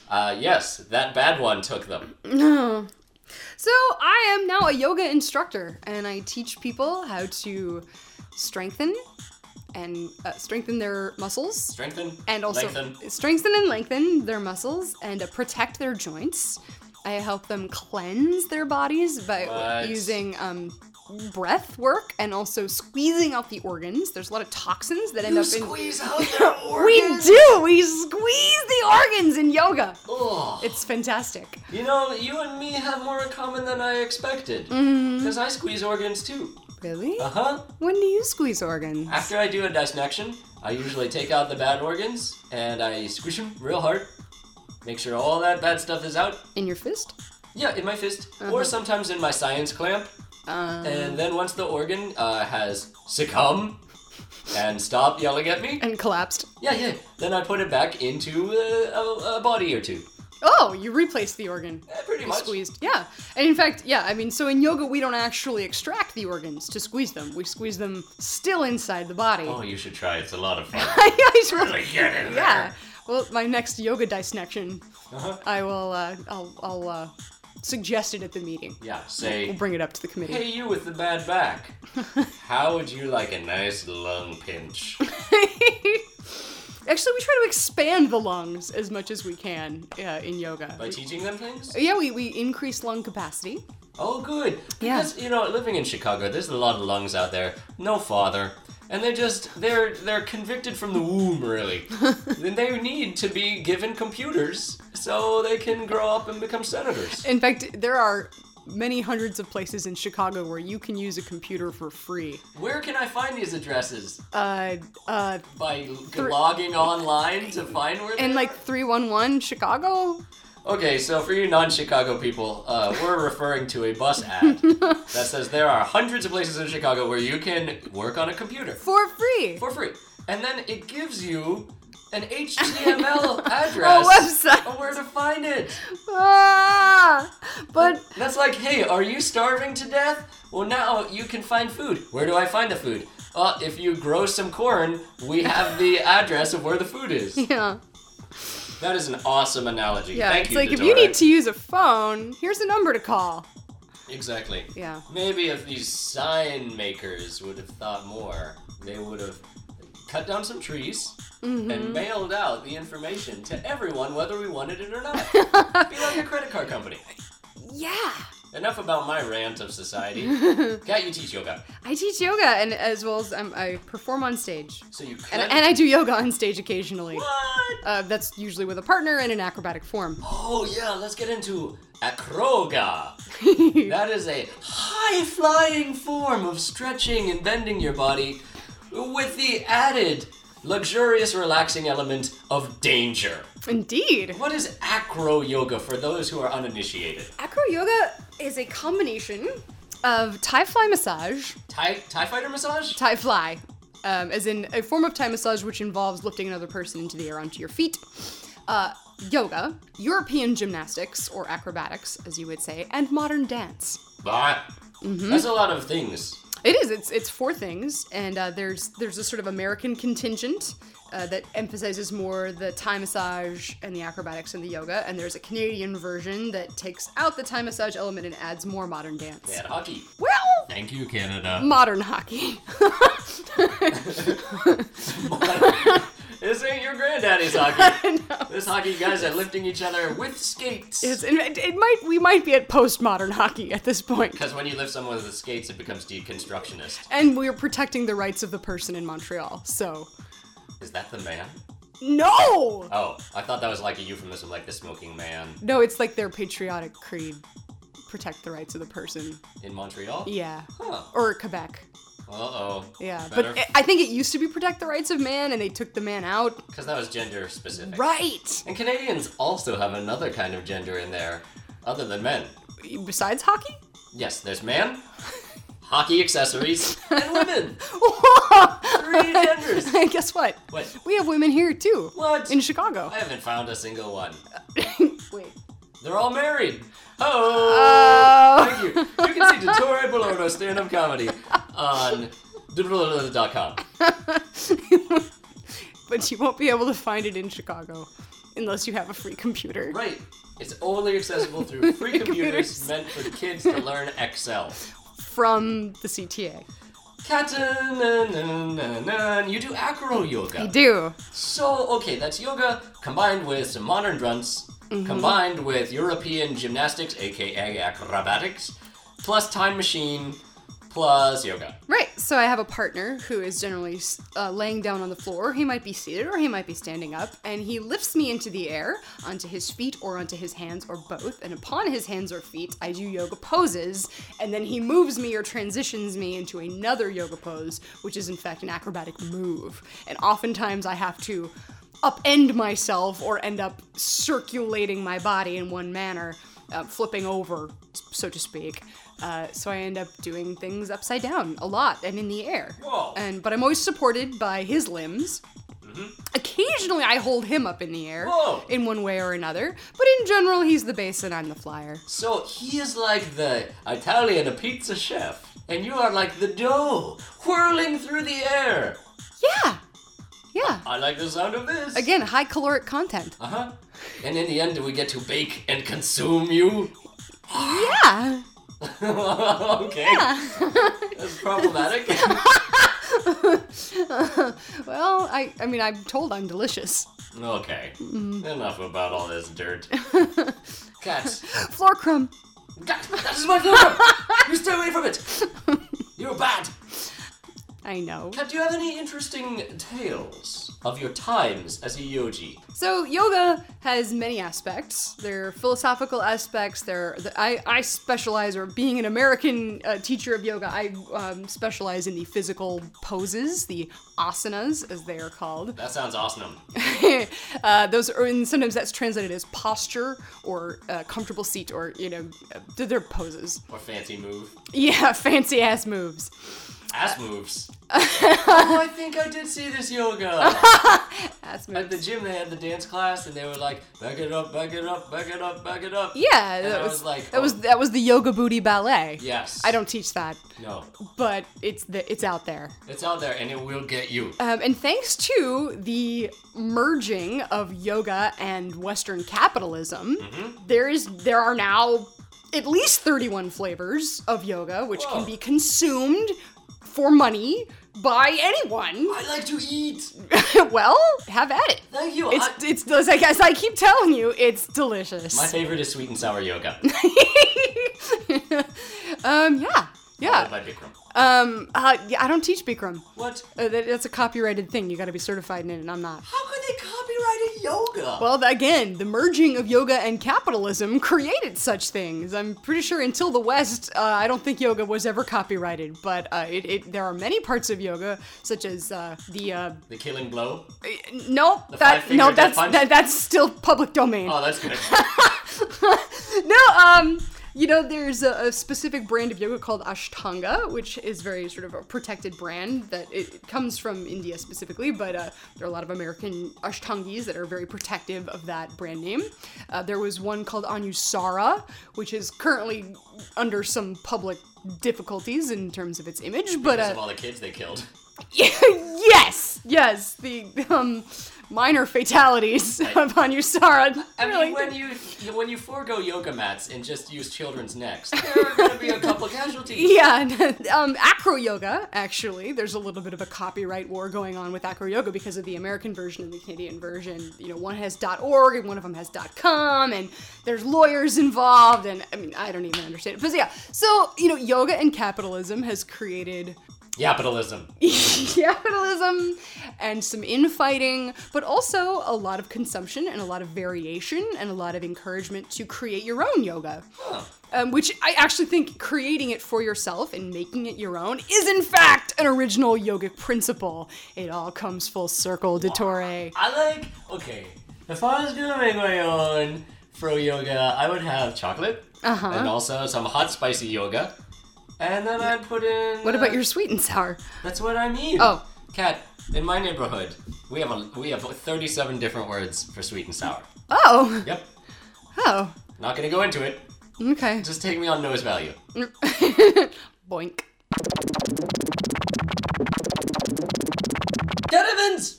Speaker 2: Uh, yes, that bad one took them.
Speaker 3: So I am now a yoga instructor, and I teach people how to strengthen and uh, strengthen their muscles,
Speaker 2: Strengthen.
Speaker 3: and also
Speaker 2: Lengthen.
Speaker 3: strengthen and lengthen their muscles and uh, protect their joints. I help them cleanse their bodies by
Speaker 2: What?
Speaker 3: using um, breath work and also squeezing out the organs. There's a lot of toxins that end
Speaker 2: You
Speaker 3: up in.
Speaker 2: squeeze out their
Speaker 3: *laughs* we
Speaker 2: organs.
Speaker 3: do. We squeeze the organs in yoga.
Speaker 2: Ugh.
Speaker 3: It's fantastic.
Speaker 2: You know, you and me have more in common than I expected.
Speaker 3: Mm-hmm.
Speaker 2: Because I squeeze organs too.
Speaker 3: Really?
Speaker 2: Uh huh.
Speaker 3: When do you squeeze organs?
Speaker 2: After I do a dissection, I usually take out the bad organs and I squish them real hard. Make sure all that bad stuff is out.
Speaker 3: In your fist?
Speaker 2: Yeah, in my fist,
Speaker 3: Uh-huh.
Speaker 2: or sometimes in my science clamp.
Speaker 3: Uh.
Speaker 2: and then once the organ uh, has succumbed and stopped yelling at me,
Speaker 3: and collapsed.
Speaker 2: yeah, yeah, then I put it back into uh, a, a body or two.
Speaker 3: Oh, you replaced the
Speaker 2: *laughs*
Speaker 3: organ.
Speaker 2: Eh, pretty
Speaker 3: You
Speaker 2: much.
Speaker 3: squeezed. Yeah. And in fact, yeah, I mean, so in yoga, we don't actually extract the organs to squeeze them. We squeeze them still inside the body.
Speaker 2: Oh, you should try. It's a lot of fun.
Speaker 3: *laughs* I should-
Speaker 2: get in
Speaker 3: yeah. Well, my next yoga dissection,
Speaker 2: Uh-huh.
Speaker 3: I will, uh, I'll, I'll uh, suggest it at the meeting.
Speaker 2: Yeah,
Speaker 3: We'll
Speaker 2: say,
Speaker 3: bring it up to the committee.
Speaker 2: hey, you with the bad back. How would you like a nice lung pinch?
Speaker 3: *laughs* Actually, we try to expand the lungs as much as we can uh, in yoga.
Speaker 2: By teaching them things?
Speaker 3: yeah, we, we increase lung capacity.
Speaker 2: Oh, good.
Speaker 3: Yeah.
Speaker 2: Because you know, living in Chicago, there's a lot of lungs out there. No father, and they just they're they're convicted from the womb, really. Then they need to be given computers so they can grow up and become senators.
Speaker 3: In fact, there are many hundreds of places in Chicago where you can use a computer for free.
Speaker 2: Where can I find these addresses?
Speaker 3: Uh, uh,
Speaker 2: By l- logging online to find where. they
Speaker 3: and like
Speaker 2: are?
Speaker 3: 311 Chicago?
Speaker 2: Okay, so for you non-Chicago people, uh, we're referring to a
Speaker 3: *laughs*
Speaker 2: bus ad that says there are hundreds of places in Chicago where you can work on a computer.
Speaker 3: For free!
Speaker 2: for free. And then it gives you an
Speaker 3: *laughs*
Speaker 2: HTML address.
Speaker 3: A website.
Speaker 2: Or where to find it.
Speaker 3: Ah! But
Speaker 2: That's like, hey, are you starving to death? Well, now you can find food. Where do I find the food? Uh, if you grow some corn, we have the address of where the food
Speaker 3: *laughs*
Speaker 2: is.
Speaker 3: yeah,
Speaker 2: That is an awesome analogy.
Speaker 3: yeah.
Speaker 2: Thank
Speaker 3: it's
Speaker 2: you,
Speaker 3: like if
Speaker 2: Dodora.
Speaker 3: you need to use a phone, here's a number to call.
Speaker 2: Exactly.
Speaker 3: Yeah.
Speaker 2: Maybe if these sign makers would have thought more, they would have cut down some trees,
Speaker 3: Mm-hmm.
Speaker 2: and mailed out the information to everyone, whether we wanted it or
Speaker 3: *laughs*
Speaker 2: not. Be like a credit card company.
Speaker 3: Yeah.
Speaker 2: Enough about my rant of
Speaker 3: *laughs*
Speaker 2: society. Cat, you teach yoga,
Speaker 3: I teach yoga and as well as um, I perform on stage.
Speaker 2: so you cut.
Speaker 3: And, and I do yoga on stage occasionally.
Speaker 2: what?
Speaker 3: Uh, that's usually with a partner in an acrobatic form.
Speaker 2: Oh yeah, let's get into acroga. that is a high flying form of stretching and bending your body with the added luxurious relaxing element of danger.
Speaker 3: Indeed.
Speaker 2: What is acro yoga for those who are uninitiated?
Speaker 3: Acro yoga is a combination of Thai fly massage,
Speaker 2: Thai Thai fighter massage?
Speaker 3: Thai fly, um, as in a form of Thai massage which involves lifting another person into the air onto your feet, uh, yoga, European gymnastics or acrobatics, as you would say, and modern dance.
Speaker 2: Bah. That's a lot of things.
Speaker 3: It is. It's it's four things, and uh, there's there's a sort of American contingent uh, that emphasizes more the Thai massage and the acrobatics and the yoga, and there's a Canadian version that takes out the Thai massage element and adds more modern dance.
Speaker 2: Bad hockey.
Speaker 3: Well,
Speaker 2: Thank you,
Speaker 3: *laughs*
Speaker 2: Canada.
Speaker 3: modern hockey.
Speaker 2: *laughs* this ain't your granddaddy's hockey. This hockey guys are lifting each other with skates.
Speaker 3: It's, in fact, it might we might be at postmodern hockey at this point.
Speaker 2: Because when you lift someone with the skates, it becomes deconstructionist.
Speaker 3: And we're protecting the rights of the person in Montreal. So,
Speaker 2: Is that the man?
Speaker 3: no,
Speaker 2: Oh, I thought that was like a euphemism, like the smoking man
Speaker 3: no, it's like their patriotic creed: protect the rights of the person.
Speaker 2: in Montreal.
Speaker 3: Yeah,
Speaker 2: Huh.
Speaker 3: or Quebec.
Speaker 2: Uh oh.
Speaker 3: Yeah,
Speaker 2: Better,
Speaker 3: but I- I think it used to be protect the rights of man, and they took the man out.
Speaker 2: because that was gender specific.
Speaker 3: Right.
Speaker 2: And Canadians also have another kind of gender in there, other than men.
Speaker 3: Besides hockey. *laughs*
Speaker 2: Yes, there's man, hockey accessories, and women. Three genders.
Speaker 3: and guess what?
Speaker 2: What?
Speaker 3: We have women here too.
Speaker 2: What?
Speaker 3: In Chicago.
Speaker 2: I haven't found a single one.
Speaker 3: Wait.
Speaker 2: They're all married. Oh.
Speaker 3: Oh.
Speaker 2: Thank you. You can see Dottore Bologna stand up comedy on doodle.com.
Speaker 3: but you won't be able to find it in Chicago unless you have a free computer.
Speaker 2: Right. It's only accessible through free computers
Speaker 3: Computers.
Speaker 2: meant for kids to learn Excel.
Speaker 3: From the CTA.
Speaker 2: Kata-na-na-na-na. You do acro
Speaker 3: I
Speaker 2: yoga.
Speaker 3: do.
Speaker 2: So, okay, that's yoga combined with some modern grunts, combined with European gymnastics, aka acrobatics, plus time machine, plus yoga.
Speaker 3: Right, so I have a partner who is generally uh, laying down on the floor. He might be seated or he might be standing up, and he lifts me into the air onto his feet or onto his hands or both. And upon his hands or feet, I do yoga poses, and then he moves me or transitions me into another yoga pose, which is in fact an acrobatic move. And oftentimes I have to upend myself or end up circulating my body in one manner, uh, flipping over, so to speak. Uh, so I end up doing things upside down a lot and in the air.
Speaker 2: Whoa. Mm-hmm.
Speaker 3: And but I'm always supported by his limbs. Occasionally, I hold him up in the air
Speaker 2: Whoa.
Speaker 3: in one way or another, but in general, he's the base and I'm the flyer.
Speaker 2: So he is like the Italian pizza chef, and you are like the dough whirling through the air.
Speaker 3: Yeah, yeah.
Speaker 2: I like the sound of this.
Speaker 3: Again, high caloric content.
Speaker 2: Uh huh. And in the end, we get to bake and consume you. *laughs*
Speaker 3: Yeah.
Speaker 2: okay. That's problematic.
Speaker 3: Well, I, I mean, I'm told I'm delicious.
Speaker 2: okay. Enough about all this dirt. Cats.
Speaker 3: Floor crumb.
Speaker 2: That, that is my floor. you stay away from it. You're bad.
Speaker 3: I know.
Speaker 2: Cat, do you have any interesting tales of your times as a yogi?
Speaker 3: So yoga has many aspects. There are philosophical aspects. There, are the, I, I specialize, or being an American uh, teacher of yoga, I um, specialize in the physical poses, the asanas, as they are called. *laughs*
Speaker 2: That sounds awesome.
Speaker 3: uh, those are, and sometimes that's translated as posture or uh, comfortable seat, or you know, uh, they're- they're poses. *laughs*
Speaker 2: Or fancy move.
Speaker 3: Yeah, fancy ass moves.
Speaker 2: Ass moves.
Speaker 3: *laughs*
Speaker 2: oh, I think I did see this yoga. At
Speaker 3: Ass moves.
Speaker 2: the gym, they had the dance class, and they were like, back it up, back it up, back it up, back it up.
Speaker 3: Yeah,
Speaker 2: And
Speaker 3: that
Speaker 2: I
Speaker 3: was,
Speaker 2: was like,
Speaker 3: that was
Speaker 2: oh.
Speaker 3: that was the yoga booty ballet.
Speaker 2: Yes.
Speaker 3: I don't teach that,
Speaker 2: No.
Speaker 3: but it's the, it's out there.
Speaker 2: It's out there, and it will get you.
Speaker 3: Um, and thanks to the merging of yoga and Western capitalism,
Speaker 2: Mm-hmm.
Speaker 3: there is there are now at least 31 flavors of yoga, which
Speaker 2: Whoa.
Speaker 3: can be consumed for money by anyone. *laughs*
Speaker 2: I like to eat.
Speaker 3: well, have at it.
Speaker 2: Thank you.
Speaker 3: It's
Speaker 2: I-
Speaker 3: it's as I, as I keep telling you, it's delicious.
Speaker 2: my favorite is sweet and sour yoga.
Speaker 3: *laughs* um, yeah, yeah.
Speaker 2: By Bikram.
Speaker 3: Um, uh, yeah. I don't teach Bikram.
Speaker 2: What?
Speaker 3: Uh, that, that's a copyrighted thing. You got to be certified in it, and I'm not.
Speaker 2: How could they copyright a yoga?
Speaker 3: Well, th- again, the merging of yoga and capitalism created such things. I'm pretty sure until the West, uh, I don't think yoga was ever copyrighted, but uh, it, it, there are many parts of yoga, such as uh, the. Uh,
Speaker 2: the killing
Speaker 3: *laughs*
Speaker 2: blow.
Speaker 3: no,
Speaker 2: five
Speaker 3: that,
Speaker 2: finger
Speaker 3: no
Speaker 2: death
Speaker 3: that's,
Speaker 2: punch?
Speaker 3: that, that's still public domain.
Speaker 2: Oh, that's good.
Speaker 3: no, um, you know, there's a, a specific brand of yoga called Ashtanga, which is very sort of a protected brand that it, it comes from India specifically, but uh, there are a lot of American Ashtangis that are very protective of that brand name. Uh, there was one called Anusara, which is currently under some public difficulties in terms of its image, but
Speaker 2: Because of
Speaker 3: uh,
Speaker 2: all the kids they killed.
Speaker 3: *laughs* yes, yes, the um, minor fatalities of Anusara.
Speaker 2: I mean,
Speaker 3: really-
Speaker 2: when you when you forego yoga mats and just use children's necks, there are going to be
Speaker 3: *laughs*
Speaker 2: a couple casualties.
Speaker 3: Yeah, *laughs* um, acro yoga, actually. There's a little bit of a copyright war going on with acro yoga because of the American version and the Canadian version. You know, one has .org and one of them has .com, and there's lawyers involved, and I mean, I don't even understand it. But yeah, so, you know, yoga and capitalism has created *laughs*
Speaker 2: Capitalism.
Speaker 3: capitalism and some infighting, but also a lot of consumption and a lot of variation and a lot of encouragement to create your own yoga.
Speaker 2: Oh,
Speaker 3: Um, which I actually think creating it for yourself and making it your own is, in fact, an original yogic principle. It all comes full circle, Dottore.
Speaker 2: I like. Okay, if I was gonna make my own fro yoga, I would have chocolate
Speaker 3: Uh-huh.
Speaker 2: and also some hot spicy yoga, and then I'd put in. uh,
Speaker 3: What about your sweet and sour?
Speaker 2: That's what I mean.
Speaker 3: Oh.
Speaker 2: Cat, in my neighborhood, we have a we have 37 different words for sweet and sour.
Speaker 3: Oh,
Speaker 2: Yep.
Speaker 3: oh,
Speaker 2: Not gonna go into it.
Speaker 3: okay. *laughs*
Speaker 2: Just take me on nose value.
Speaker 3: Boink.
Speaker 2: Denevans!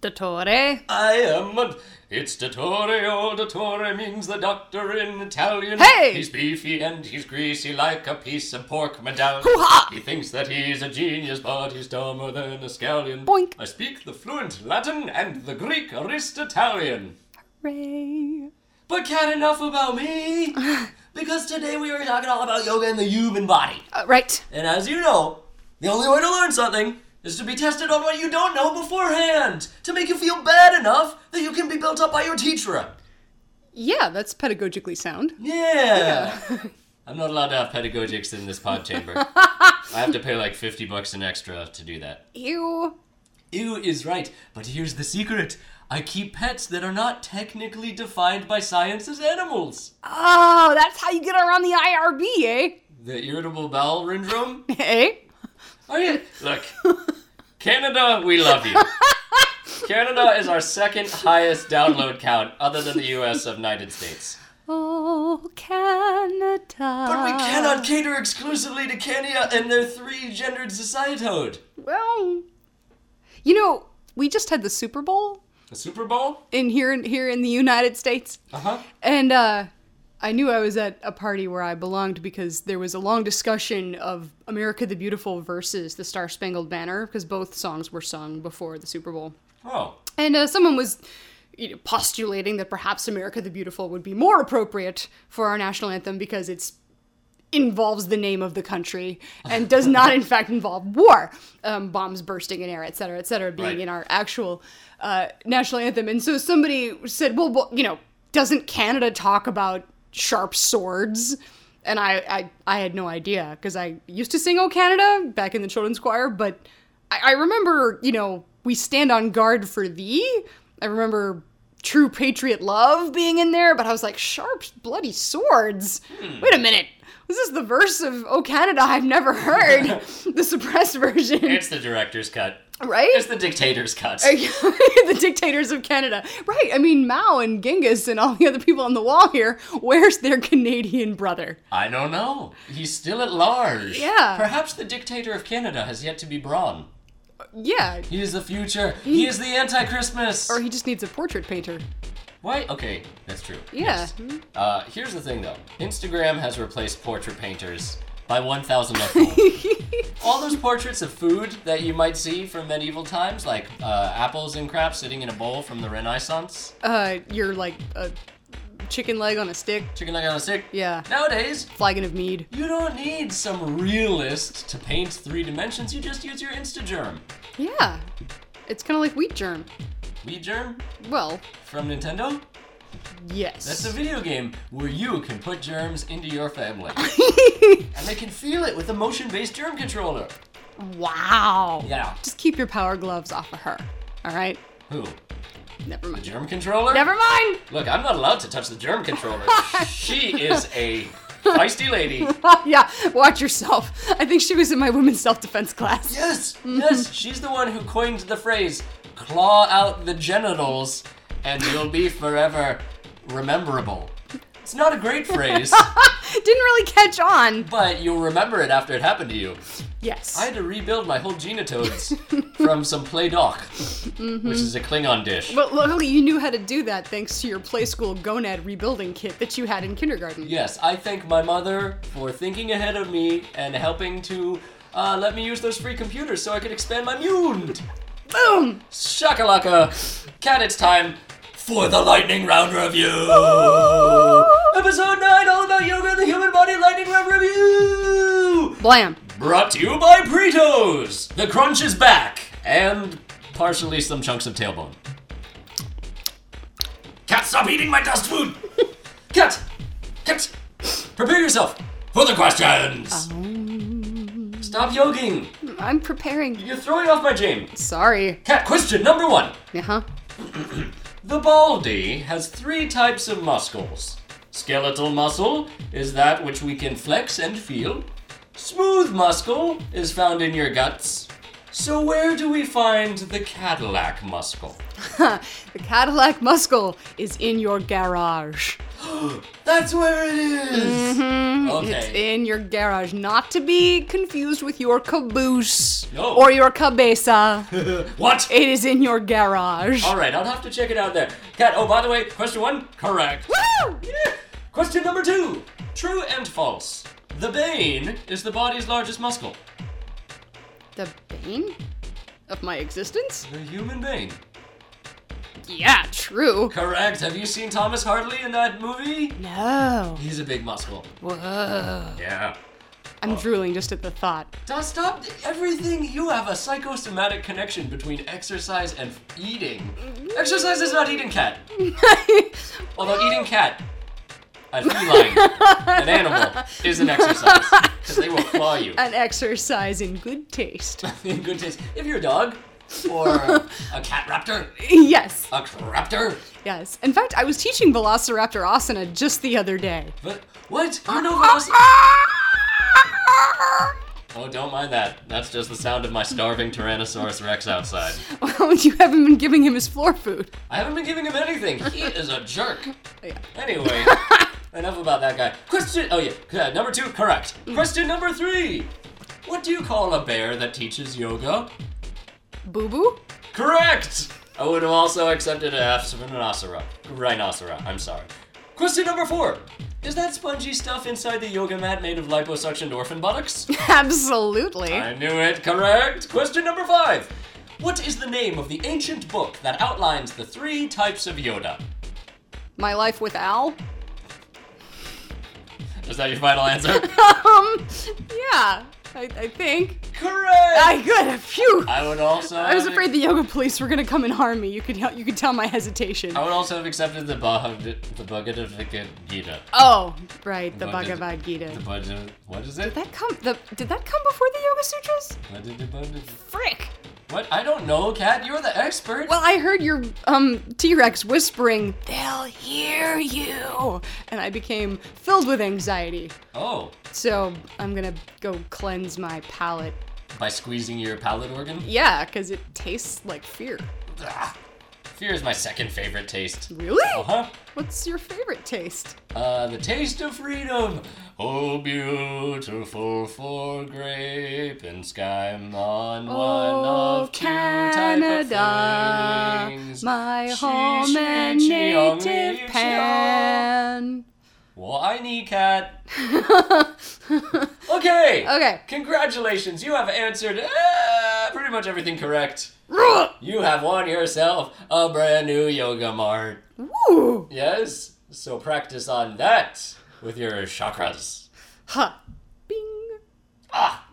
Speaker 3: Dottore.
Speaker 2: I am a. It's Dottore, oh, Dottore means the doctor in Italian.
Speaker 3: Hey!
Speaker 2: He's beefy and he's greasy like a piece of pork medallion.
Speaker 3: Hoo-ha!
Speaker 2: He thinks that he's a genius, but he's dumber than a scallion.
Speaker 3: Boink.
Speaker 2: I speak the fluent Latin and the Greek Aristotelian.
Speaker 3: Ray.
Speaker 2: But can't enough about
Speaker 3: *laughs*
Speaker 2: me! because today we are talking all about yoga and the human body.
Speaker 3: Uh, right.
Speaker 2: And as you know, the only way to learn something is to be tested on what you don't know beforehand to make you feel bad enough that you can be built up by your teacher.
Speaker 3: Yeah, that's pedagogically sound.
Speaker 2: Yeah. I'm not allowed to have pedagogics in this pod chamber. I have to pay like 50 bucks an extra to do that.
Speaker 3: Ew.
Speaker 2: Ew is right, but here's the secret. I keep pets that are not technically defined by science as animals.
Speaker 3: Oh, that's how you get around the IRB, eh? *laughs*
Speaker 2: The irritable bowel syndrome?
Speaker 3: Eh?
Speaker 2: Oh yeah. Look, Canada, we love you. Canada is our second highest download count, other than the U.S. of United States.
Speaker 3: Oh, Canada.
Speaker 2: But we cannot cater exclusively to Kenya and their three-gendered societoad.
Speaker 3: Well, you know, we just had the Super Bowl
Speaker 2: The Super Bowl?
Speaker 3: in here in here in the United States,
Speaker 2: Uh huh.
Speaker 3: and uh, I knew I was at a party where I belonged because there was a long discussion of "America the Beautiful" versus "The Star Spangled Banner" because both songs were sung before the Super Bowl.
Speaker 2: Oh.
Speaker 3: And uh, someone was you know, postulating that perhaps America the Beautiful would be more appropriate for our national anthem because it's involves the name of the country and does not in fact involve war um, bombs bursting in air et cetera, et cetera, being
Speaker 2: Right.
Speaker 3: in our actual uh, national anthem and so somebody said well, well you know doesn't canada talk about sharp swords and i i, I had no idea because i used to sing oh canada back in the children's choir but I, I remember you know we stand on guard for thee i remember true patriot love being in there but i was like sharp bloody swords wait a minute this is the verse of Oh Canada I've never heard. the suppressed version,
Speaker 2: It's the director's cut. It's
Speaker 3: right?
Speaker 2: the dictator's cut.
Speaker 3: *laughs* the dictators of Canada. Right. I mean, Mao and Genghis and all the other people on the wall here, where's their Canadian brother?
Speaker 2: I don't know. He's still at large.
Speaker 3: Yeah.
Speaker 2: Perhaps the dictator of Canada has yet to be brawn.
Speaker 3: Yeah.
Speaker 2: He is the future. He is the anti-Christmas.
Speaker 3: Or he just needs a portrait painter.
Speaker 2: Why? Okay, that's true.
Speaker 3: Yeah. hmm.
Speaker 2: Uh, here's the thing though Instagram has replaced portrait painters by 1,000
Speaker 3: *laughs*
Speaker 2: left. All those portraits of food that you might see from medieval times, like uh, apples and crap sitting in a bowl from the Renaissance,
Speaker 3: Uh, you're like a chicken leg on a stick.
Speaker 2: chicken leg on a stick.
Speaker 3: Yeah.
Speaker 2: Nowadays,
Speaker 3: Flagon of mead.
Speaker 2: you don't need some realist to paint three dimensions. You just use your Instagerm.
Speaker 3: Yeah. It's kind of like wheat germ.
Speaker 2: Wii Germ
Speaker 3: Well,
Speaker 2: from Nintendo.
Speaker 3: yes.
Speaker 2: That's a
Speaker 3: *laughs*
Speaker 2: video game where you can put germs into your family. and they can feel it with a motion based germ controller.
Speaker 3: wow.
Speaker 2: Yeah.
Speaker 3: Just keep your power gloves off of her. All right.
Speaker 2: Who?
Speaker 3: Never
Speaker 2: The
Speaker 3: mind.
Speaker 2: germ controller?
Speaker 3: Never mind. *laughs*
Speaker 2: Look, I'm not allowed to touch the germ controller. she is a feisty lady.
Speaker 3: Oh, yeah. Watch yourself. I think she was in my women's self-defense class.
Speaker 2: Yes, yes, she's the one who coined the phrase claw out the genitals and you'll be forever rememberable. It's not a great phrase,
Speaker 3: *laughs* Didn't really catch on.
Speaker 2: but you'll remember it after it happened to you.
Speaker 3: Yes.
Speaker 2: I had to rebuild my whole genitodes from some play doc, which is a Klingon dish.
Speaker 3: But luckily, you knew how to do that thanks to your play school gonad rebuilding kit that you had in kindergarten.
Speaker 2: Yes, I thank my mother for thinking ahead of me and helping to uh, let me use those free computers so I could expand my mund.
Speaker 3: Boom!
Speaker 2: Shakalaka! Cat, it's time for the lightning round review! Episode 9, all about yoga and the human body lightning round review!
Speaker 3: Blam!
Speaker 2: Brought to you by Pretos! The crunch is back! And partially some chunks of tailbone. Cat, stop eating my dust food! Cat! Cat! Prepare yourself for the questions! Stop yoking!
Speaker 3: I'm preparing.
Speaker 2: You're throwing off my jam.
Speaker 3: Sorry.
Speaker 2: Cat, question number one.
Speaker 3: Uh huh.
Speaker 2: The baldy has three types of muscles. Skeletal muscle is that which we can flex and feel. Smooth muscle is found in your guts. So where do we find the Cadillac muscle?
Speaker 3: *laughs* The Cadillac muscle is in your garage.
Speaker 2: That's where it is.
Speaker 3: Mm-hmm. It's
Speaker 2: Okay.
Speaker 3: in your garage, not to be confused with your caboose
Speaker 2: No.
Speaker 3: or
Speaker 2: *laughs*
Speaker 3: your cabeza.
Speaker 2: What?
Speaker 3: it is in your garage.
Speaker 2: All right, I'll have to check it out there. Cat. Oh, by the way, question one, correct.
Speaker 3: Woo!
Speaker 2: Yeah. Question number two, true and false. The vein is the body's largest muscle.
Speaker 3: The bane of my existence?
Speaker 2: The human vein.
Speaker 3: Yeah, true.
Speaker 2: Correct. Have you seen Thomas Hartley in that movie?
Speaker 3: No.
Speaker 2: He's a big muscle.
Speaker 3: Whoa.
Speaker 2: Yeah.
Speaker 3: I'm drooling just at the thought.
Speaker 2: stop everything. You have a psychosomatic connection between exercise and eating. Exercise is not eating cat. Although eating cat, a feline, an animal, is an exercise because they will claw you.
Speaker 3: An exercise in good taste. *laughs*
Speaker 2: In good taste, if you're a dog or a cat raptor,
Speaker 3: yes,
Speaker 2: a craptor.
Speaker 3: yes. In fact, I was teaching Velociraptor asana just the other day.
Speaker 2: But what? You know what else? Oh, don't mind that. That's just the sound of my starving Tyrannosaurus Rex outside.
Speaker 3: Well, you haven't been giving him his floor food. Oh,
Speaker 2: I haven't been giving him anything. He is a jerk.
Speaker 3: Yeah.
Speaker 2: Anyway, enough about that guy. Question. Oh yeah, uh, number two, correct. Question number three. What do you call a bear that teaches yoga?
Speaker 3: Boo boo?
Speaker 2: Correct. I would have also accepted a F from rhinocera. Rhinocera. I'm sorry. Question number four. Is that spongy stuff inside the yoga mat made of liposuctioned orphan buttocks?
Speaker 3: *laughs* Absolutely.
Speaker 2: I knew it, correct. Question number five. What is the name of the ancient book that outlines the three types of Yoda?
Speaker 3: My life with Al?
Speaker 2: Is that your final answer?
Speaker 3: Um, yeah, I, I think.
Speaker 2: correct!
Speaker 3: I good, phew.
Speaker 2: I would also.
Speaker 3: I was afraid the yoga police were gonna come and harm me. You could you could tell my hesitation.
Speaker 2: I would also have accepted the Bhagavad the Bhagavad Gita.
Speaker 3: Oh, right, the
Speaker 2: Bhagavad-
Speaker 3: Bhagavad Gita.
Speaker 2: The Bhagavad. What is it?
Speaker 3: Did that come? The, did that come before the Yoga Sutras?
Speaker 2: What did the Bhagavad-
Speaker 3: Frick!
Speaker 2: What? I don't know, Kat. You're the expert.
Speaker 3: Well, I heard your um T-Rex whispering, "They'll hear you," and I became filled with anxiety.
Speaker 2: Oh,
Speaker 3: So I'm gonna go cleanse my palate.
Speaker 2: by squeezing your palate organ?
Speaker 3: Yeah, because it tastes like fear.
Speaker 2: Ah, Fear is my second favorite taste.
Speaker 3: Really?
Speaker 2: Uh huh.
Speaker 3: What's your favorite taste?
Speaker 2: Uh, the taste of freedom. Oh, beautiful for grape and sky on one
Speaker 3: Oh,
Speaker 2: of two type of
Speaker 3: Canada,
Speaker 2: things.
Speaker 3: My
Speaker 2: She,
Speaker 3: home
Speaker 2: she,
Speaker 3: and
Speaker 2: she, only
Speaker 3: native
Speaker 2: she,
Speaker 3: pan. *laughs*
Speaker 2: Well, I need cat. Okay.
Speaker 3: Okay.
Speaker 2: Congratulations, you have answered uh, pretty much everything correct. You have won yourself a brand new yoga mart.
Speaker 3: Woo!
Speaker 2: Yes? So practice on that with your chakras.
Speaker 3: Ha! Bing!
Speaker 2: Ah!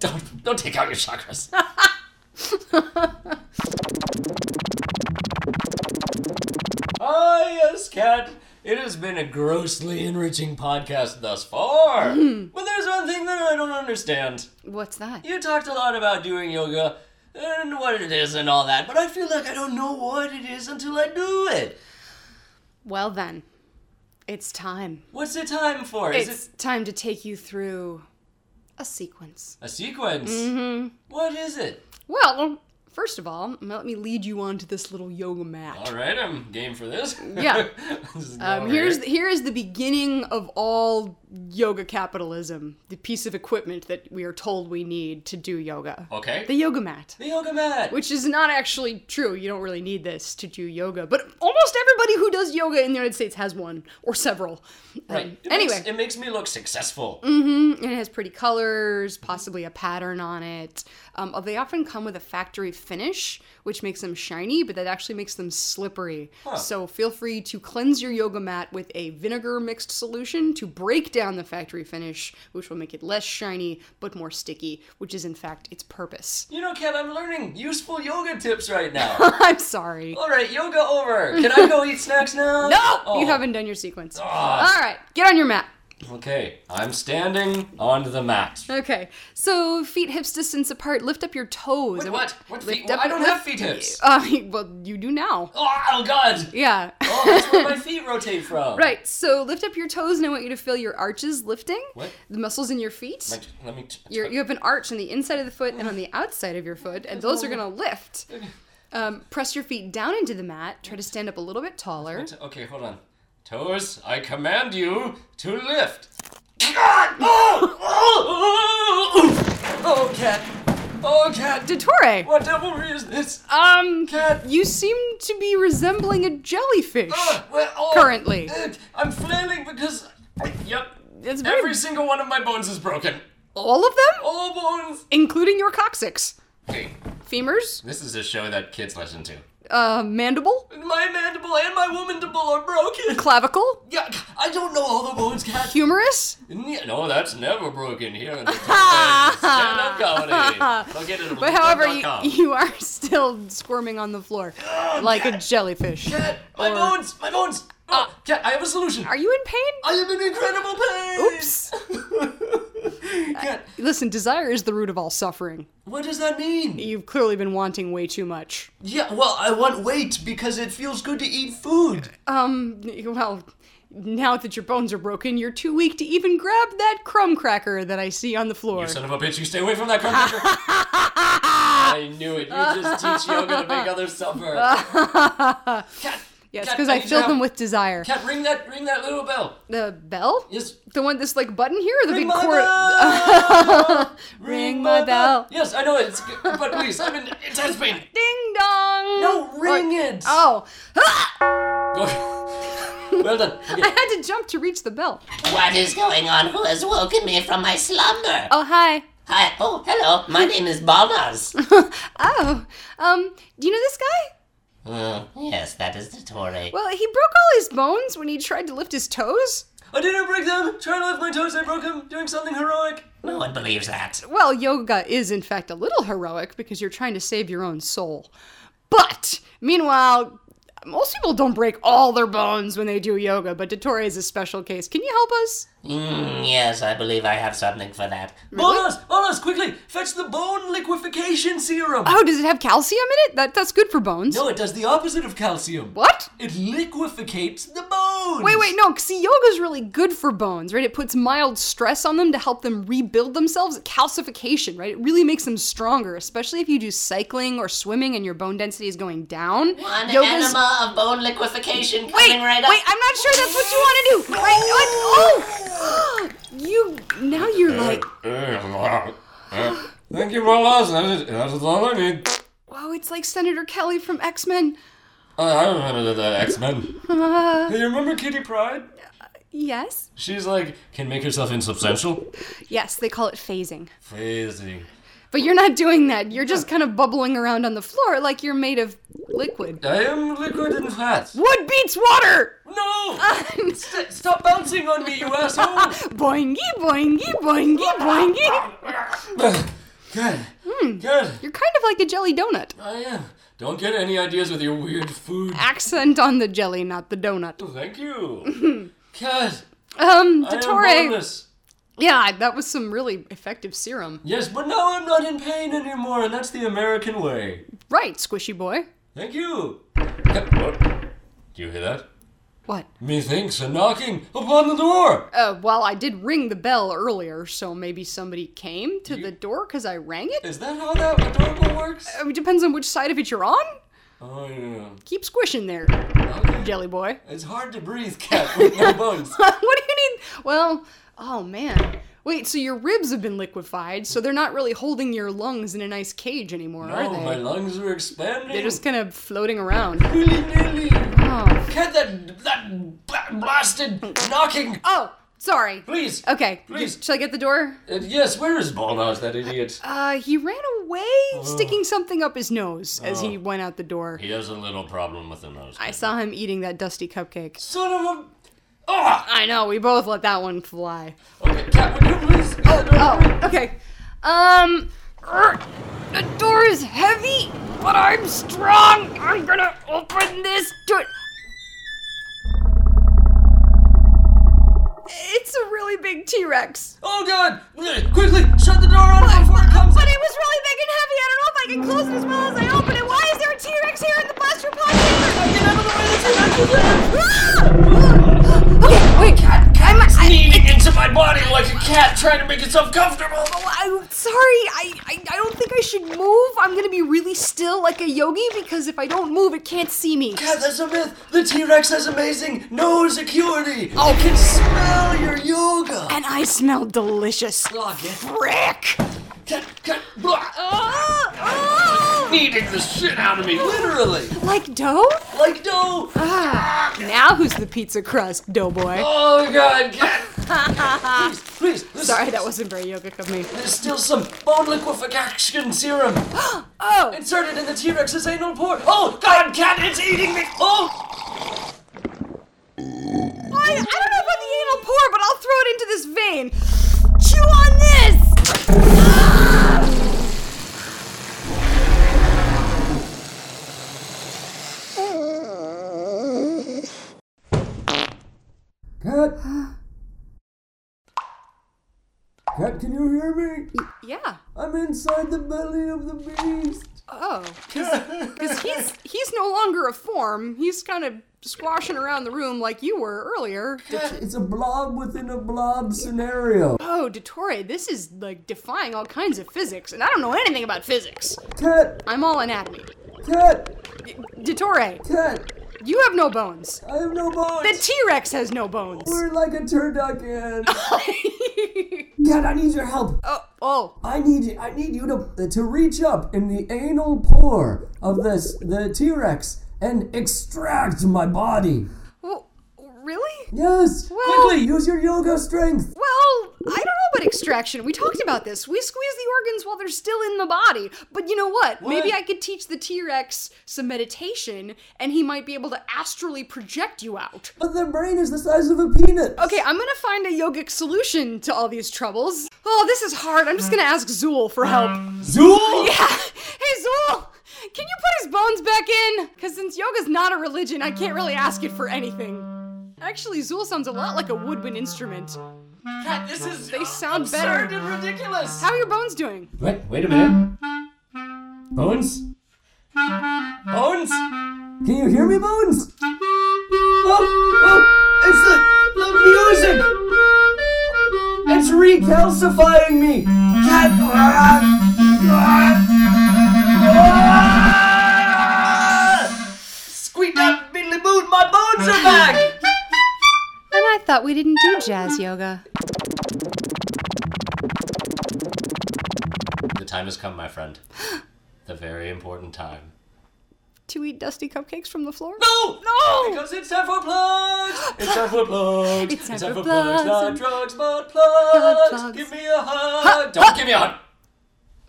Speaker 2: Don't, don't take out your chakras. Ah, yes, Kat. It has been a grossly enriching podcast thus far. But there's one thing that I don't understand.
Speaker 3: What's that?
Speaker 2: You talked a lot about doing yoga and what it is and all that, but I feel like I don't know what it is until I do it.
Speaker 3: Well, then, it's time.
Speaker 2: What's the time for? Is
Speaker 3: it's
Speaker 2: it
Speaker 3: time to take you through a sequence.
Speaker 2: a sequence?
Speaker 3: Mm-hmm.
Speaker 2: What is it?
Speaker 3: Well, first of all, let me lead you onto this little yoga mat.
Speaker 2: All right, I'm game for this.
Speaker 3: Yeah.
Speaker 2: *laughs* This is
Speaker 3: Um,
Speaker 2: going
Speaker 3: here's
Speaker 2: weird.
Speaker 3: here is the beginning of all yoga capitalism, the piece of equipment that we are told we need to do yoga.
Speaker 2: okay.
Speaker 3: The yoga mat,
Speaker 2: The yoga mat.
Speaker 3: which is not actually true. You don't really need this to do yoga, but almost everybody who does yoga in the United States has one or several.
Speaker 2: right.
Speaker 3: Um,
Speaker 2: It
Speaker 3: anyway, Mm.
Speaker 2: makes, it makes me look successful.
Speaker 3: and it has pretty colors, possibly a pattern on it. Um, they often come with a factory finish, which makes them shiny, but that actually makes them slippery. So feel free to cleanse your yoga mat with a vinegar mixed solution to break down the factory finish, which will make it less shiny but more sticky, which is in fact its purpose. *laughs*
Speaker 2: You know, Kat, I'm learning useful yoga tips right now.
Speaker 3: I'm sorry.
Speaker 2: All right, yoga over. Can I go eat snacks now?
Speaker 3: *laughs* No,
Speaker 2: Oh,
Speaker 3: you haven't done your sequence.
Speaker 2: ah.
Speaker 3: All right, get on your mat.
Speaker 2: Okay, I'm standing on the mat.
Speaker 3: Okay, so feet hips distance apart. Lift up your toes.
Speaker 2: Wait,
Speaker 3: I
Speaker 2: what?
Speaker 3: want-
Speaker 2: What
Speaker 3: lift
Speaker 2: feet?
Speaker 3: up
Speaker 2: I
Speaker 3: your-
Speaker 2: don't have feet hips.
Speaker 3: Uh, *laughs* well, you do now.
Speaker 2: Oh, oh,
Speaker 3: *laughs*
Speaker 2: God.
Speaker 3: Yeah.
Speaker 2: Oh, that's where my feet rotate from.
Speaker 3: right. So lift up your toes, and I want you to feel your arches lifting.
Speaker 2: What?
Speaker 3: The muscles in your feet.
Speaker 2: Let let me. T-
Speaker 3: You're, you have an arch on the inside of the foot and on the outside of your foot, and those are gonna lift. Um, press your feet down into the mat. Try to stand up a little bit taller.
Speaker 2: Okay, hold on. Toes, I command you to lift. God! Oh! Oh! Oh, cat. Oh, cat.
Speaker 3: Dottore,
Speaker 2: What devilry is this?
Speaker 3: um,
Speaker 2: Cat.
Speaker 3: you seem to be resembling a jellyfish.
Speaker 2: Ah, well, oh,
Speaker 3: Currently.
Speaker 2: eh, I'm flailing because. Yep.
Speaker 3: It's very
Speaker 2: Every single one of my bones is broken.
Speaker 3: all of them,
Speaker 2: All bones.
Speaker 3: including your coccyx,
Speaker 2: Hey,
Speaker 3: femurs,
Speaker 2: this is a show that kids listen to.
Speaker 3: uh, mandible,
Speaker 2: My mandible and my womanible are broken.
Speaker 3: clavicle,
Speaker 2: Yeah, I don't know all the bones, cat.
Speaker 3: humerus.
Speaker 2: Ne- No, that's never broken here
Speaker 3: *laughs*
Speaker 2: in the stand up comedy. Look at it.
Speaker 3: But however, you, you are still squirming on
Speaker 2: *gasps*
Speaker 3: the floor like a jellyfish.
Speaker 2: Cat, my
Speaker 3: or- Uh,
Speaker 2: bones, my bones. Oh, cat, I have a solution.
Speaker 3: Are you in pain?
Speaker 2: I am in incredible pain. *laughs* Oops. cat,
Speaker 3: Listen, desire is the root of all suffering.
Speaker 2: what does that mean?
Speaker 3: You've clearly been wanting way too much.
Speaker 2: Yeah, well, I want weight because it feels good to eat food.
Speaker 3: Um, well, now that your bones are broken, you're too weak to even grab that crumb cracker that I see on the floor.
Speaker 2: You son of a bitch, you stay away from that computer.
Speaker 3: *laughs*
Speaker 2: I knew it. You just teach yoga to make others
Speaker 3: *laughs*
Speaker 2: suffer. cat,
Speaker 3: yes,
Speaker 2: Cat,
Speaker 3: because I
Speaker 2: need your
Speaker 3: filled
Speaker 2: help.
Speaker 3: them with desire.
Speaker 2: Cat, ring that, ring that little bell.
Speaker 3: The bell?
Speaker 2: Yes.
Speaker 3: The one that's like button here, or the
Speaker 2: Ring
Speaker 3: big
Speaker 2: my
Speaker 3: cord?
Speaker 2: bell.
Speaker 3: Ring my bell.
Speaker 2: Yes, I know it's, g- but please, I'm in intense pain.
Speaker 3: Ding dong!
Speaker 2: No, ring it. *laughs*
Speaker 3: Oh, *laughs*
Speaker 2: well done. Okay.
Speaker 3: I *laughs* had to jump to reach the bell.
Speaker 1: What is going on? Who has woken me from my slumber?
Speaker 3: Oh, hi. *laughs*
Speaker 1: Hi. Oh, hello. My name is Balmas.
Speaker 3: Oh, um, do you know this guy?
Speaker 1: Uh, yes, that is the Tory.
Speaker 3: Well, he broke all his bones when he tried to lift his toes.
Speaker 2: I didn't break them. Trying to lift my toes, I broke them. Doing something heroic.
Speaker 1: No one believes that.
Speaker 3: Well, yoga is in fact a little heroic because you're trying to save your own soul. But meanwhile, most people don't break all their bones when they do yoga, but Dottore is a special case. Can you help us?
Speaker 1: Mm, yes, I believe I have something for that.
Speaker 2: Bolas, Bolas, quickly fetch the bone liquefaction serum.
Speaker 3: Oh, does it have calcium in it? That that's good for bones.
Speaker 2: No, it does the opposite of calcium.
Speaker 3: What?
Speaker 2: It liquefies the bones.
Speaker 3: Wait, wait, no. See, yoga's really good for bones, right? It puts mild stress on them to help them rebuild themselves. Calcification, right? It really makes them stronger, especially if you do cycling or swimming and your bone density is going down.
Speaker 1: One
Speaker 3: Yoga's-
Speaker 1: enema of bone liquefication
Speaker 3: Wait,
Speaker 1: coming right up.
Speaker 3: wait, I'm not sure that's what you want to do. Wait, what? Oh! *gasps* You, now you're like,
Speaker 2: *laughs* Thank you, Bolas. That's, that's all I need.
Speaker 3: whoa, it's like Senator Kelly from X Men. Uh.
Speaker 2: I, I remember the X Men. Do you remember Kitty Pride?
Speaker 3: Yes.
Speaker 2: She's like, can make herself insubstantial.
Speaker 3: Yes, they call it phasing.
Speaker 2: Phasing.
Speaker 3: But you're not doing that. You're just kind of bubbling around on the floor like you're made of liquid.
Speaker 2: I am liquid and fat.
Speaker 3: Wood beats water! *laughs*
Speaker 2: No! St- *laughs* stop bouncing on me, you asshole!
Speaker 3: boingy, boingy, boingy, boingy.
Speaker 2: *laughs* Good. Good.
Speaker 3: You're kind of like a jelly donut.
Speaker 2: I am. Don't get any ideas with your weird food.
Speaker 3: Ah. Accent on the jelly, not the donut.
Speaker 2: *laughs* Thank you. God.
Speaker 3: Um,
Speaker 2: I am
Speaker 3: Dottore.
Speaker 2: boneless.
Speaker 3: Yeah, that was some really effective serum.
Speaker 2: Yes, but now I'm not in pain anymore, and that's the American way.
Speaker 3: Right, squishy boy.
Speaker 2: Thank you. Oh. Do you hear that?
Speaker 3: What?
Speaker 2: Methinks a knocking upon the door.
Speaker 3: Uh, well, I did ring the bell earlier, so maybe somebody came to the door because I rang it?
Speaker 2: Is that how that adorable works?
Speaker 3: I mean, depends on which side of it you're on.
Speaker 2: Oh yeah.
Speaker 3: Keep squishing there, jelly boy. *laughs*
Speaker 2: It's hard to breathe, cat, with no bones.
Speaker 3: what do you need? Well, oh man. Wait, so your ribs have been liquefied, so they're not really holding your lungs in a nice cage anymore, are
Speaker 2: Oh,
Speaker 3: they?
Speaker 2: my lungs are expanding.
Speaker 3: They're just kind of floating around.
Speaker 2: really nearly.
Speaker 3: Oh.
Speaker 2: Cat, that that bla- blasted knocking.
Speaker 3: Oh, sorry.
Speaker 2: Please.
Speaker 3: Okay.
Speaker 2: Please.
Speaker 3: Shall I get the door?
Speaker 2: Uh, yes, where is Balnaz, that idiot?
Speaker 3: Uh, he ran away, sticking something up his nose as he went out the door.
Speaker 2: He has a little problem with the nose.
Speaker 3: I saw him eating that dusty cupcake.
Speaker 2: Son of a. Ah!
Speaker 3: I know, we both let that one fly.
Speaker 2: Okay, Cat, would you please? Oh,
Speaker 3: Oh, okay. Um, er, the door is heavy, but I'm strong. I'm gonna open this door. It's a really big T Rex.
Speaker 2: Oh, God! Quickly, shut the door on it before it comes
Speaker 3: But
Speaker 2: in.
Speaker 3: it was really big and heavy. I don't know if I can close it as well as I open it. Why is there a T Rex here in the classroom podcast? Get out of the way, the T Rex is Ah! Okay, wait, Cat, I'm, I,
Speaker 2: Kneading into my body like a cat trying to make itself comfortable.
Speaker 3: I'm sorry. Oh, I, I I don't think I should move. I'm gonna be really still, like a yogi, because if I don't move, it can't see me.
Speaker 2: Cat, that's a myth. The T Rex has amazing nose acuity. I can smell your yoga.
Speaker 3: And I smell delicious.
Speaker 2: Oh, get
Speaker 3: Frick!
Speaker 2: cat, cat, blah.
Speaker 3: Oh,
Speaker 2: Kneading the shit out of me, literally.
Speaker 3: oh! Like dough?
Speaker 2: Like no.
Speaker 3: Ah, now who's the pizza crust, doughboy?
Speaker 2: Oh God, cat. please, please. There's,
Speaker 3: Sorry, that wasn't very yogic of me.
Speaker 2: There's still some bone liquefaction serum
Speaker 3: Oh,
Speaker 2: inserted in the T Rex's anal port. Oh God, cat, it's eating me. Oh,
Speaker 3: I, I don't know about the anal pour, but I'll throw it into this vein. Chew on this!
Speaker 2: cat. Cat, can you hear me?
Speaker 3: Yeah.
Speaker 2: I'm inside the belly of the beast.
Speaker 3: Oh,
Speaker 2: *laughs*
Speaker 3: because he's he's no longer a form. He's kind of squashing around the room like you were earlier.
Speaker 2: It's a blob within a blob scenario.
Speaker 3: Oh, Dottore, this is like defying all kinds of physics, and I don't know anything about physics.
Speaker 2: Cat,
Speaker 3: I'm all anatomy.
Speaker 2: cat,
Speaker 3: Dottore,
Speaker 2: cat.
Speaker 3: you have no bones.
Speaker 2: I have no bones.
Speaker 3: The T-Rex has no bones.
Speaker 2: *laughs*
Speaker 3: *laughs*
Speaker 2: We're like a turducken. cat, I need your help.
Speaker 3: oh, oh,
Speaker 2: I need I need you to to reach up in the anal pore of this the T-Rex and extract my body.
Speaker 3: well, really?
Speaker 2: Yes.
Speaker 3: Well-
Speaker 2: quickly, use your yoga strength.
Speaker 3: Well, I don't know about extraction. We talked about this. We squeeze the organs while they're still in the body. But you know what? Maybe
Speaker 2: What?
Speaker 3: I could teach the T Rex some meditation and he might be able to astrally project you out.
Speaker 2: But their brain is the size of a peanut.
Speaker 3: Okay, I'm gonna find a yogic solution to all these troubles. Oh, this is hard. I'm just gonna ask Zool for help. *laughs*
Speaker 2: Zool.
Speaker 3: Yeah! Hey, Zool! Can you put his bones back in? Because since yoga's not a religion, I can't really ask it for anything. Actually, Zool sounds a lot like a woodwind instrument.
Speaker 2: Cat, this is
Speaker 3: They sound better.
Speaker 2: and ridiculous.
Speaker 3: How are your bones doing?
Speaker 2: Wait, wait a minute. Bones. Bones. Can you hear me, Bones? Oh, oh, it's the the music. It's recalcifying me! Cat! ah, Squeak up, Billy Boot, my bones are back!
Speaker 3: And I thought we didn't do jazz yoga.
Speaker 2: The time has come, my friend. The very important time.
Speaker 3: to eat dusty cupcakes from the floor?
Speaker 2: No!
Speaker 3: No!
Speaker 2: Because it's time for plugs! It's time for plugs!
Speaker 3: It's time for plugs
Speaker 2: Not
Speaker 3: and-
Speaker 2: drugs, but plugs!
Speaker 3: plugs.
Speaker 2: Give me a hug! Don't give me a hug!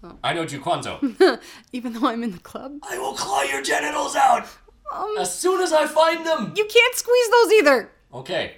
Speaker 3: Oh.
Speaker 2: I know
Speaker 3: *laughs*
Speaker 2: Juquanzo.
Speaker 3: Even though I'm in the club?
Speaker 2: I will claw your genitals out
Speaker 3: Um,
Speaker 2: as soon as I find them!
Speaker 3: you can't squeeze those either!
Speaker 2: Okay.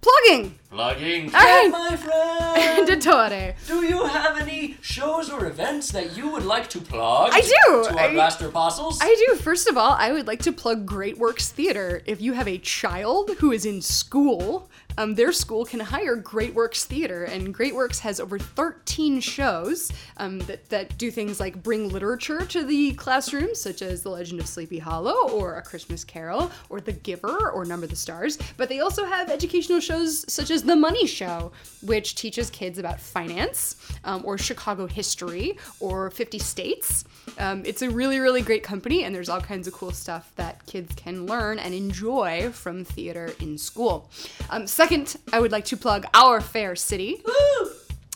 Speaker 3: Plugging!
Speaker 2: Plugging.
Speaker 3: right.
Speaker 2: My friend!
Speaker 3: Dottore.
Speaker 2: Do you have any shows or events that you would like to plug?
Speaker 3: I do.
Speaker 2: To our
Speaker 3: I-
Speaker 2: Blaster Apostles?
Speaker 3: I do. First of all, I would like to plug Great Works Theater. If you have a child who is in school, um, their school can hire Great Works Theater, and Great Works has over 13 shows um, that, that do things like bring literature to the classroom, such as The Legend of Sleepy Hollow, or A Christmas Carol, or The Giver, or Number the Stars. But they also have educational shows such as The Money Show, which teaches kids about finance, um, or Chicago history, or 50 states. Um, it's a really, really great company, and there's all kinds of cool stuff that kids can learn and enjoy from theater in school. Um, second, I would like to plug Our Fair City,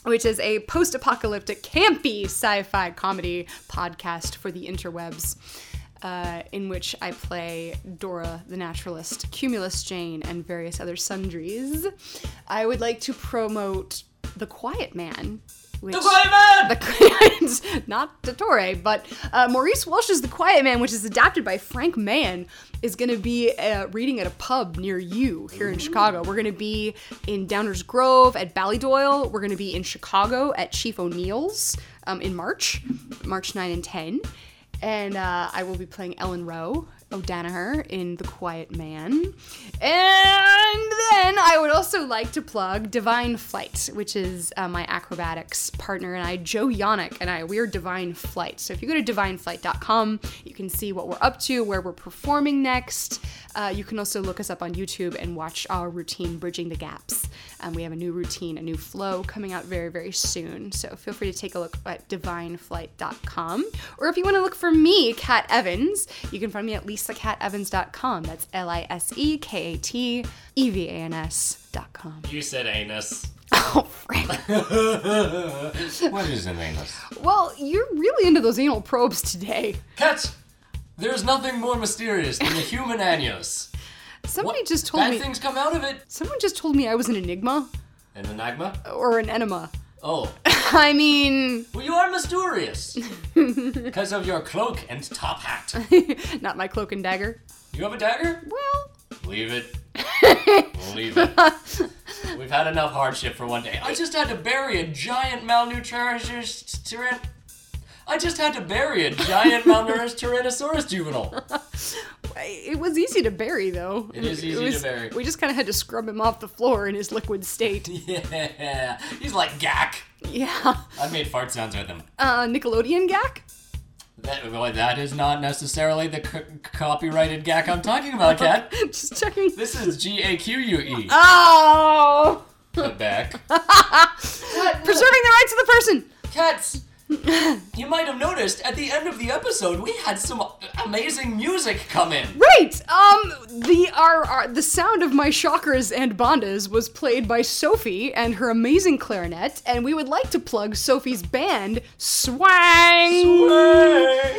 Speaker 3: which is a post apocalyptic, campy sci fi comedy podcast for the interwebs. Uh, in which I play Dora the Naturalist, Cumulus Jane, and various other sundries. I would like to promote The Quiet Man. Which,
Speaker 2: The Quiet Man!
Speaker 3: the Quiet, *laughs* not Dottore, but uh, Maurice Walsh's The Quiet Man, which is adapted by Frank Mann, is going to be uh, reading at a pub near you here in Chicago. We're going to be in Downers Grove at Ballydoyle. We're going to be in Chicago at Chief O'Neill's um, in March, March 9 and 10. And uh, I will be playing Ellen Rowe O'Danaher in The Quiet Man. And then I would also like to plug Divine Flight, which is uh, my acrobatics partner and I, Joe Yannick, and I. We're Divine Flight. So if you go to divineflight.com, you can see what we're up to, where we're performing next. Uh, you can also look us up on YouTube and watch our routine, Bridging the Gaps. Um, we have a new routine, a new flow coming out very, very soon. So feel free to take a look at divineflight.com. Or if you want to look for me, Kat Evans, you can find me at lisacatevans.com. That's L I S E K A T E V A N S.com.
Speaker 2: You said anus.
Speaker 3: Oh, Frank.
Speaker 2: what is an anus?
Speaker 3: Well, you're really into those anal probes today.
Speaker 2: Cat! There's nothing more mysterious than the human anus.
Speaker 3: *laughs* Somebody
Speaker 2: What?
Speaker 3: just told
Speaker 2: Bad
Speaker 3: me.
Speaker 2: things come out of it.
Speaker 3: Someone just told me I was an enigma
Speaker 2: An enigma?
Speaker 3: or an enema.
Speaker 2: Oh.
Speaker 3: I mean, *laughs*
Speaker 2: Well, you are mysterious. Because of your cloak and top hat.
Speaker 3: not my cloak and dagger.
Speaker 2: You have a dagger?
Speaker 3: Well,
Speaker 2: Leave it. Leave it.
Speaker 3: *laughs*
Speaker 2: We've had enough hardship for one day. I just had to bury a giant malnourished tyrann. I just had to bury a
Speaker 3: *laughs*
Speaker 2: giant malnourished Tyrannosaurus juvenile. *laughs*
Speaker 3: it was easy to bury, though.
Speaker 2: It is easy to bury.
Speaker 3: We just kind of had to scrub him off the floor in his
Speaker 2: *laughs*
Speaker 3: liquid state.
Speaker 2: Yeah, he's like gack.
Speaker 3: yeah.
Speaker 2: I made fart sounds with him.
Speaker 3: Uh, Nickelodeon gack?
Speaker 2: That, well, that is not necessarily the c- copyrighted gack I'm talking about,
Speaker 3: *laughs*
Speaker 2: Cat.
Speaker 3: *laughs* just checking.
Speaker 2: This is G A Q U E.
Speaker 3: Oh!
Speaker 2: Back. Uh,
Speaker 3: Preserving the rights of the person!
Speaker 2: Cats, you might have noticed at the end of the episode we had some amazing music come in.
Speaker 3: Right. Um. The our, our the sound of my chakras and bandas was played by Sophie and her amazing clarinet, and we would like to plug Sophie's band Swang.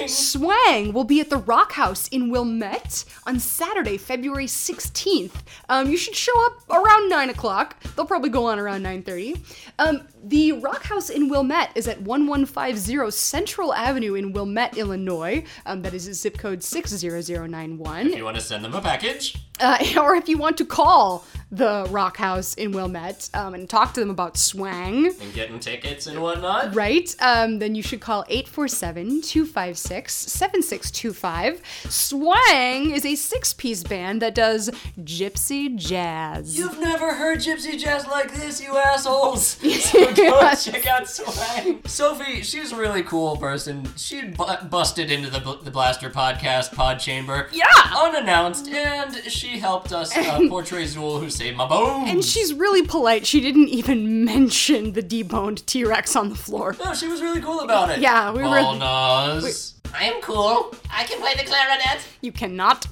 Speaker 3: Swang will be at the Rock House in Wilmette on Saturday, February 16th. Um, you should show up around 9 o'clock. They'll probably go on around 9.30. Um, the Rock House in Wilmette is at 1150 Central Avenue in Wilmette, Illinois. Um, that is zip code 60091.
Speaker 2: You want to send them a package?
Speaker 3: Uh, *laughs* or if you want to call the Rock House in Wilmette um, and talk to them about Swang,
Speaker 2: And getting tickets and whatnot?
Speaker 3: Right? Um, then you should call 847 256 7625. Swang is a six piece band that does gypsy jazz.
Speaker 2: You've never heard gypsy jazz like this, you
Speaker 3: *laughs*
Speaker 2: assholes! So go check out Swang. Sophie, she's a really cool person. She bu- busted into the, bl- the Blaster Podcast pod chamber.
Speaker 3: Yeah.
Speaker 2: Unannounced, and she helped us uh, portray Zool, who saved my bones.
Speaker 3: and she's really polite. She didn't even *laughs* mention the deboned T Rex on the floor.
Speaker 2: No, Oh, she was really cool about it.
Speaker 3: Yeah, we were-
Speaker 2: Balnas. I am cool. I can play the clarinet.
Speaker 3: You cannot.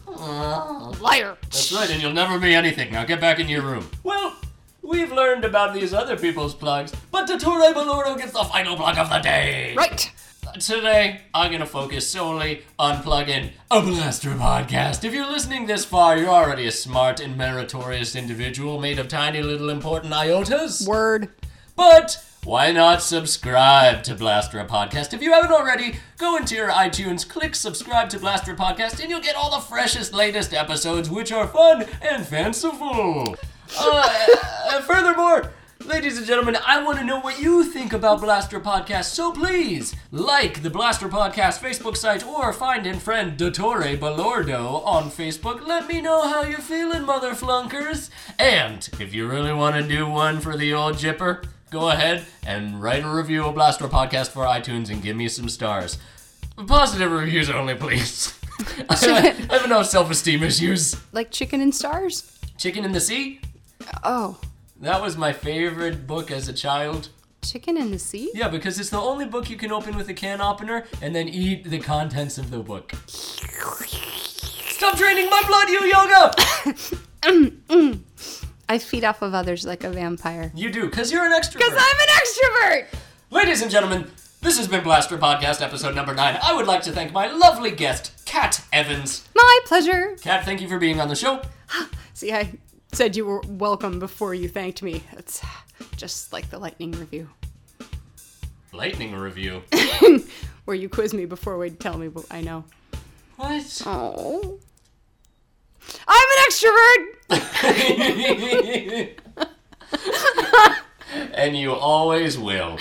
Speaker 3: Liar.
Speaker 2: That's right, and you'll never be anything. Now get back in your room. Well, we've learned about these other people's plugs, but Dottore Balordo gets the final plug of the day.
Speaker 3: Right.
Speaker 2: Today, I'm gonna focus solely on plugging a Blaster podcast. If you're listening this far, you're already a smart and meritorious individual made of tiny little important iotas.
Speaker 3: Word.
Speaker 2: But why not subscribe to Blaster a Podcast? If you haven't already, go into your iTunes, click subscribe to Blaster a Podcast, and you'll get all the freshest, latest episodes, which are fun and fanciful. Uh, and furthermore, ladies and gentlemen, I want to know what you think about Blaster a Podcast, so please like the Blaster Podcast Facebook site or find and friend Dottore Balordo on Facebook. Let me know how you're feeling, mother flunkers. And if you really want to do one for the old jipper, go ahead and write a review of Blaster Podcast for iTunes and give me some stars. Positive reviews only, please. *laughs* I have I have enough self esteem issues.
Speaker 3: Like Chicken and Stars?
Speaker 2: Chicken in the Sea?
Speaker 3: Oh,
Speaker 2: That was my favorite book as a child.
Speaker 3: Chicken in the Sea?
Speaker 2: Yeah, because it's the only book you can open with a can opener and then eat the contents of the book. Stop draining my blood, you yoga!
Speaker 3: I feed off of others like a vampire.
Speaker 2: You do, because you're an extrovert.
Speaker 3: Because I'm an extrovert!
Speaker 2: Ladies and gentlemen, this has been Blaster Podcast episode number nine. I would like to thank my lovely guest, Kat Evans.
Speaker 3: My pleasure.
Speaker 2: Kat, thank you for being on the show.
Speaker 3: See, I said you were welcome before you thanked me. It's just like the lightning review,
Speaker 2: Lightning review.
Speaker 3: where you quiz me before we'd tell me what I know.
Speaker 2: What? *laughs*
Speaker 3: Oh. I'm an extrovert!
Speaker 2: and you always will.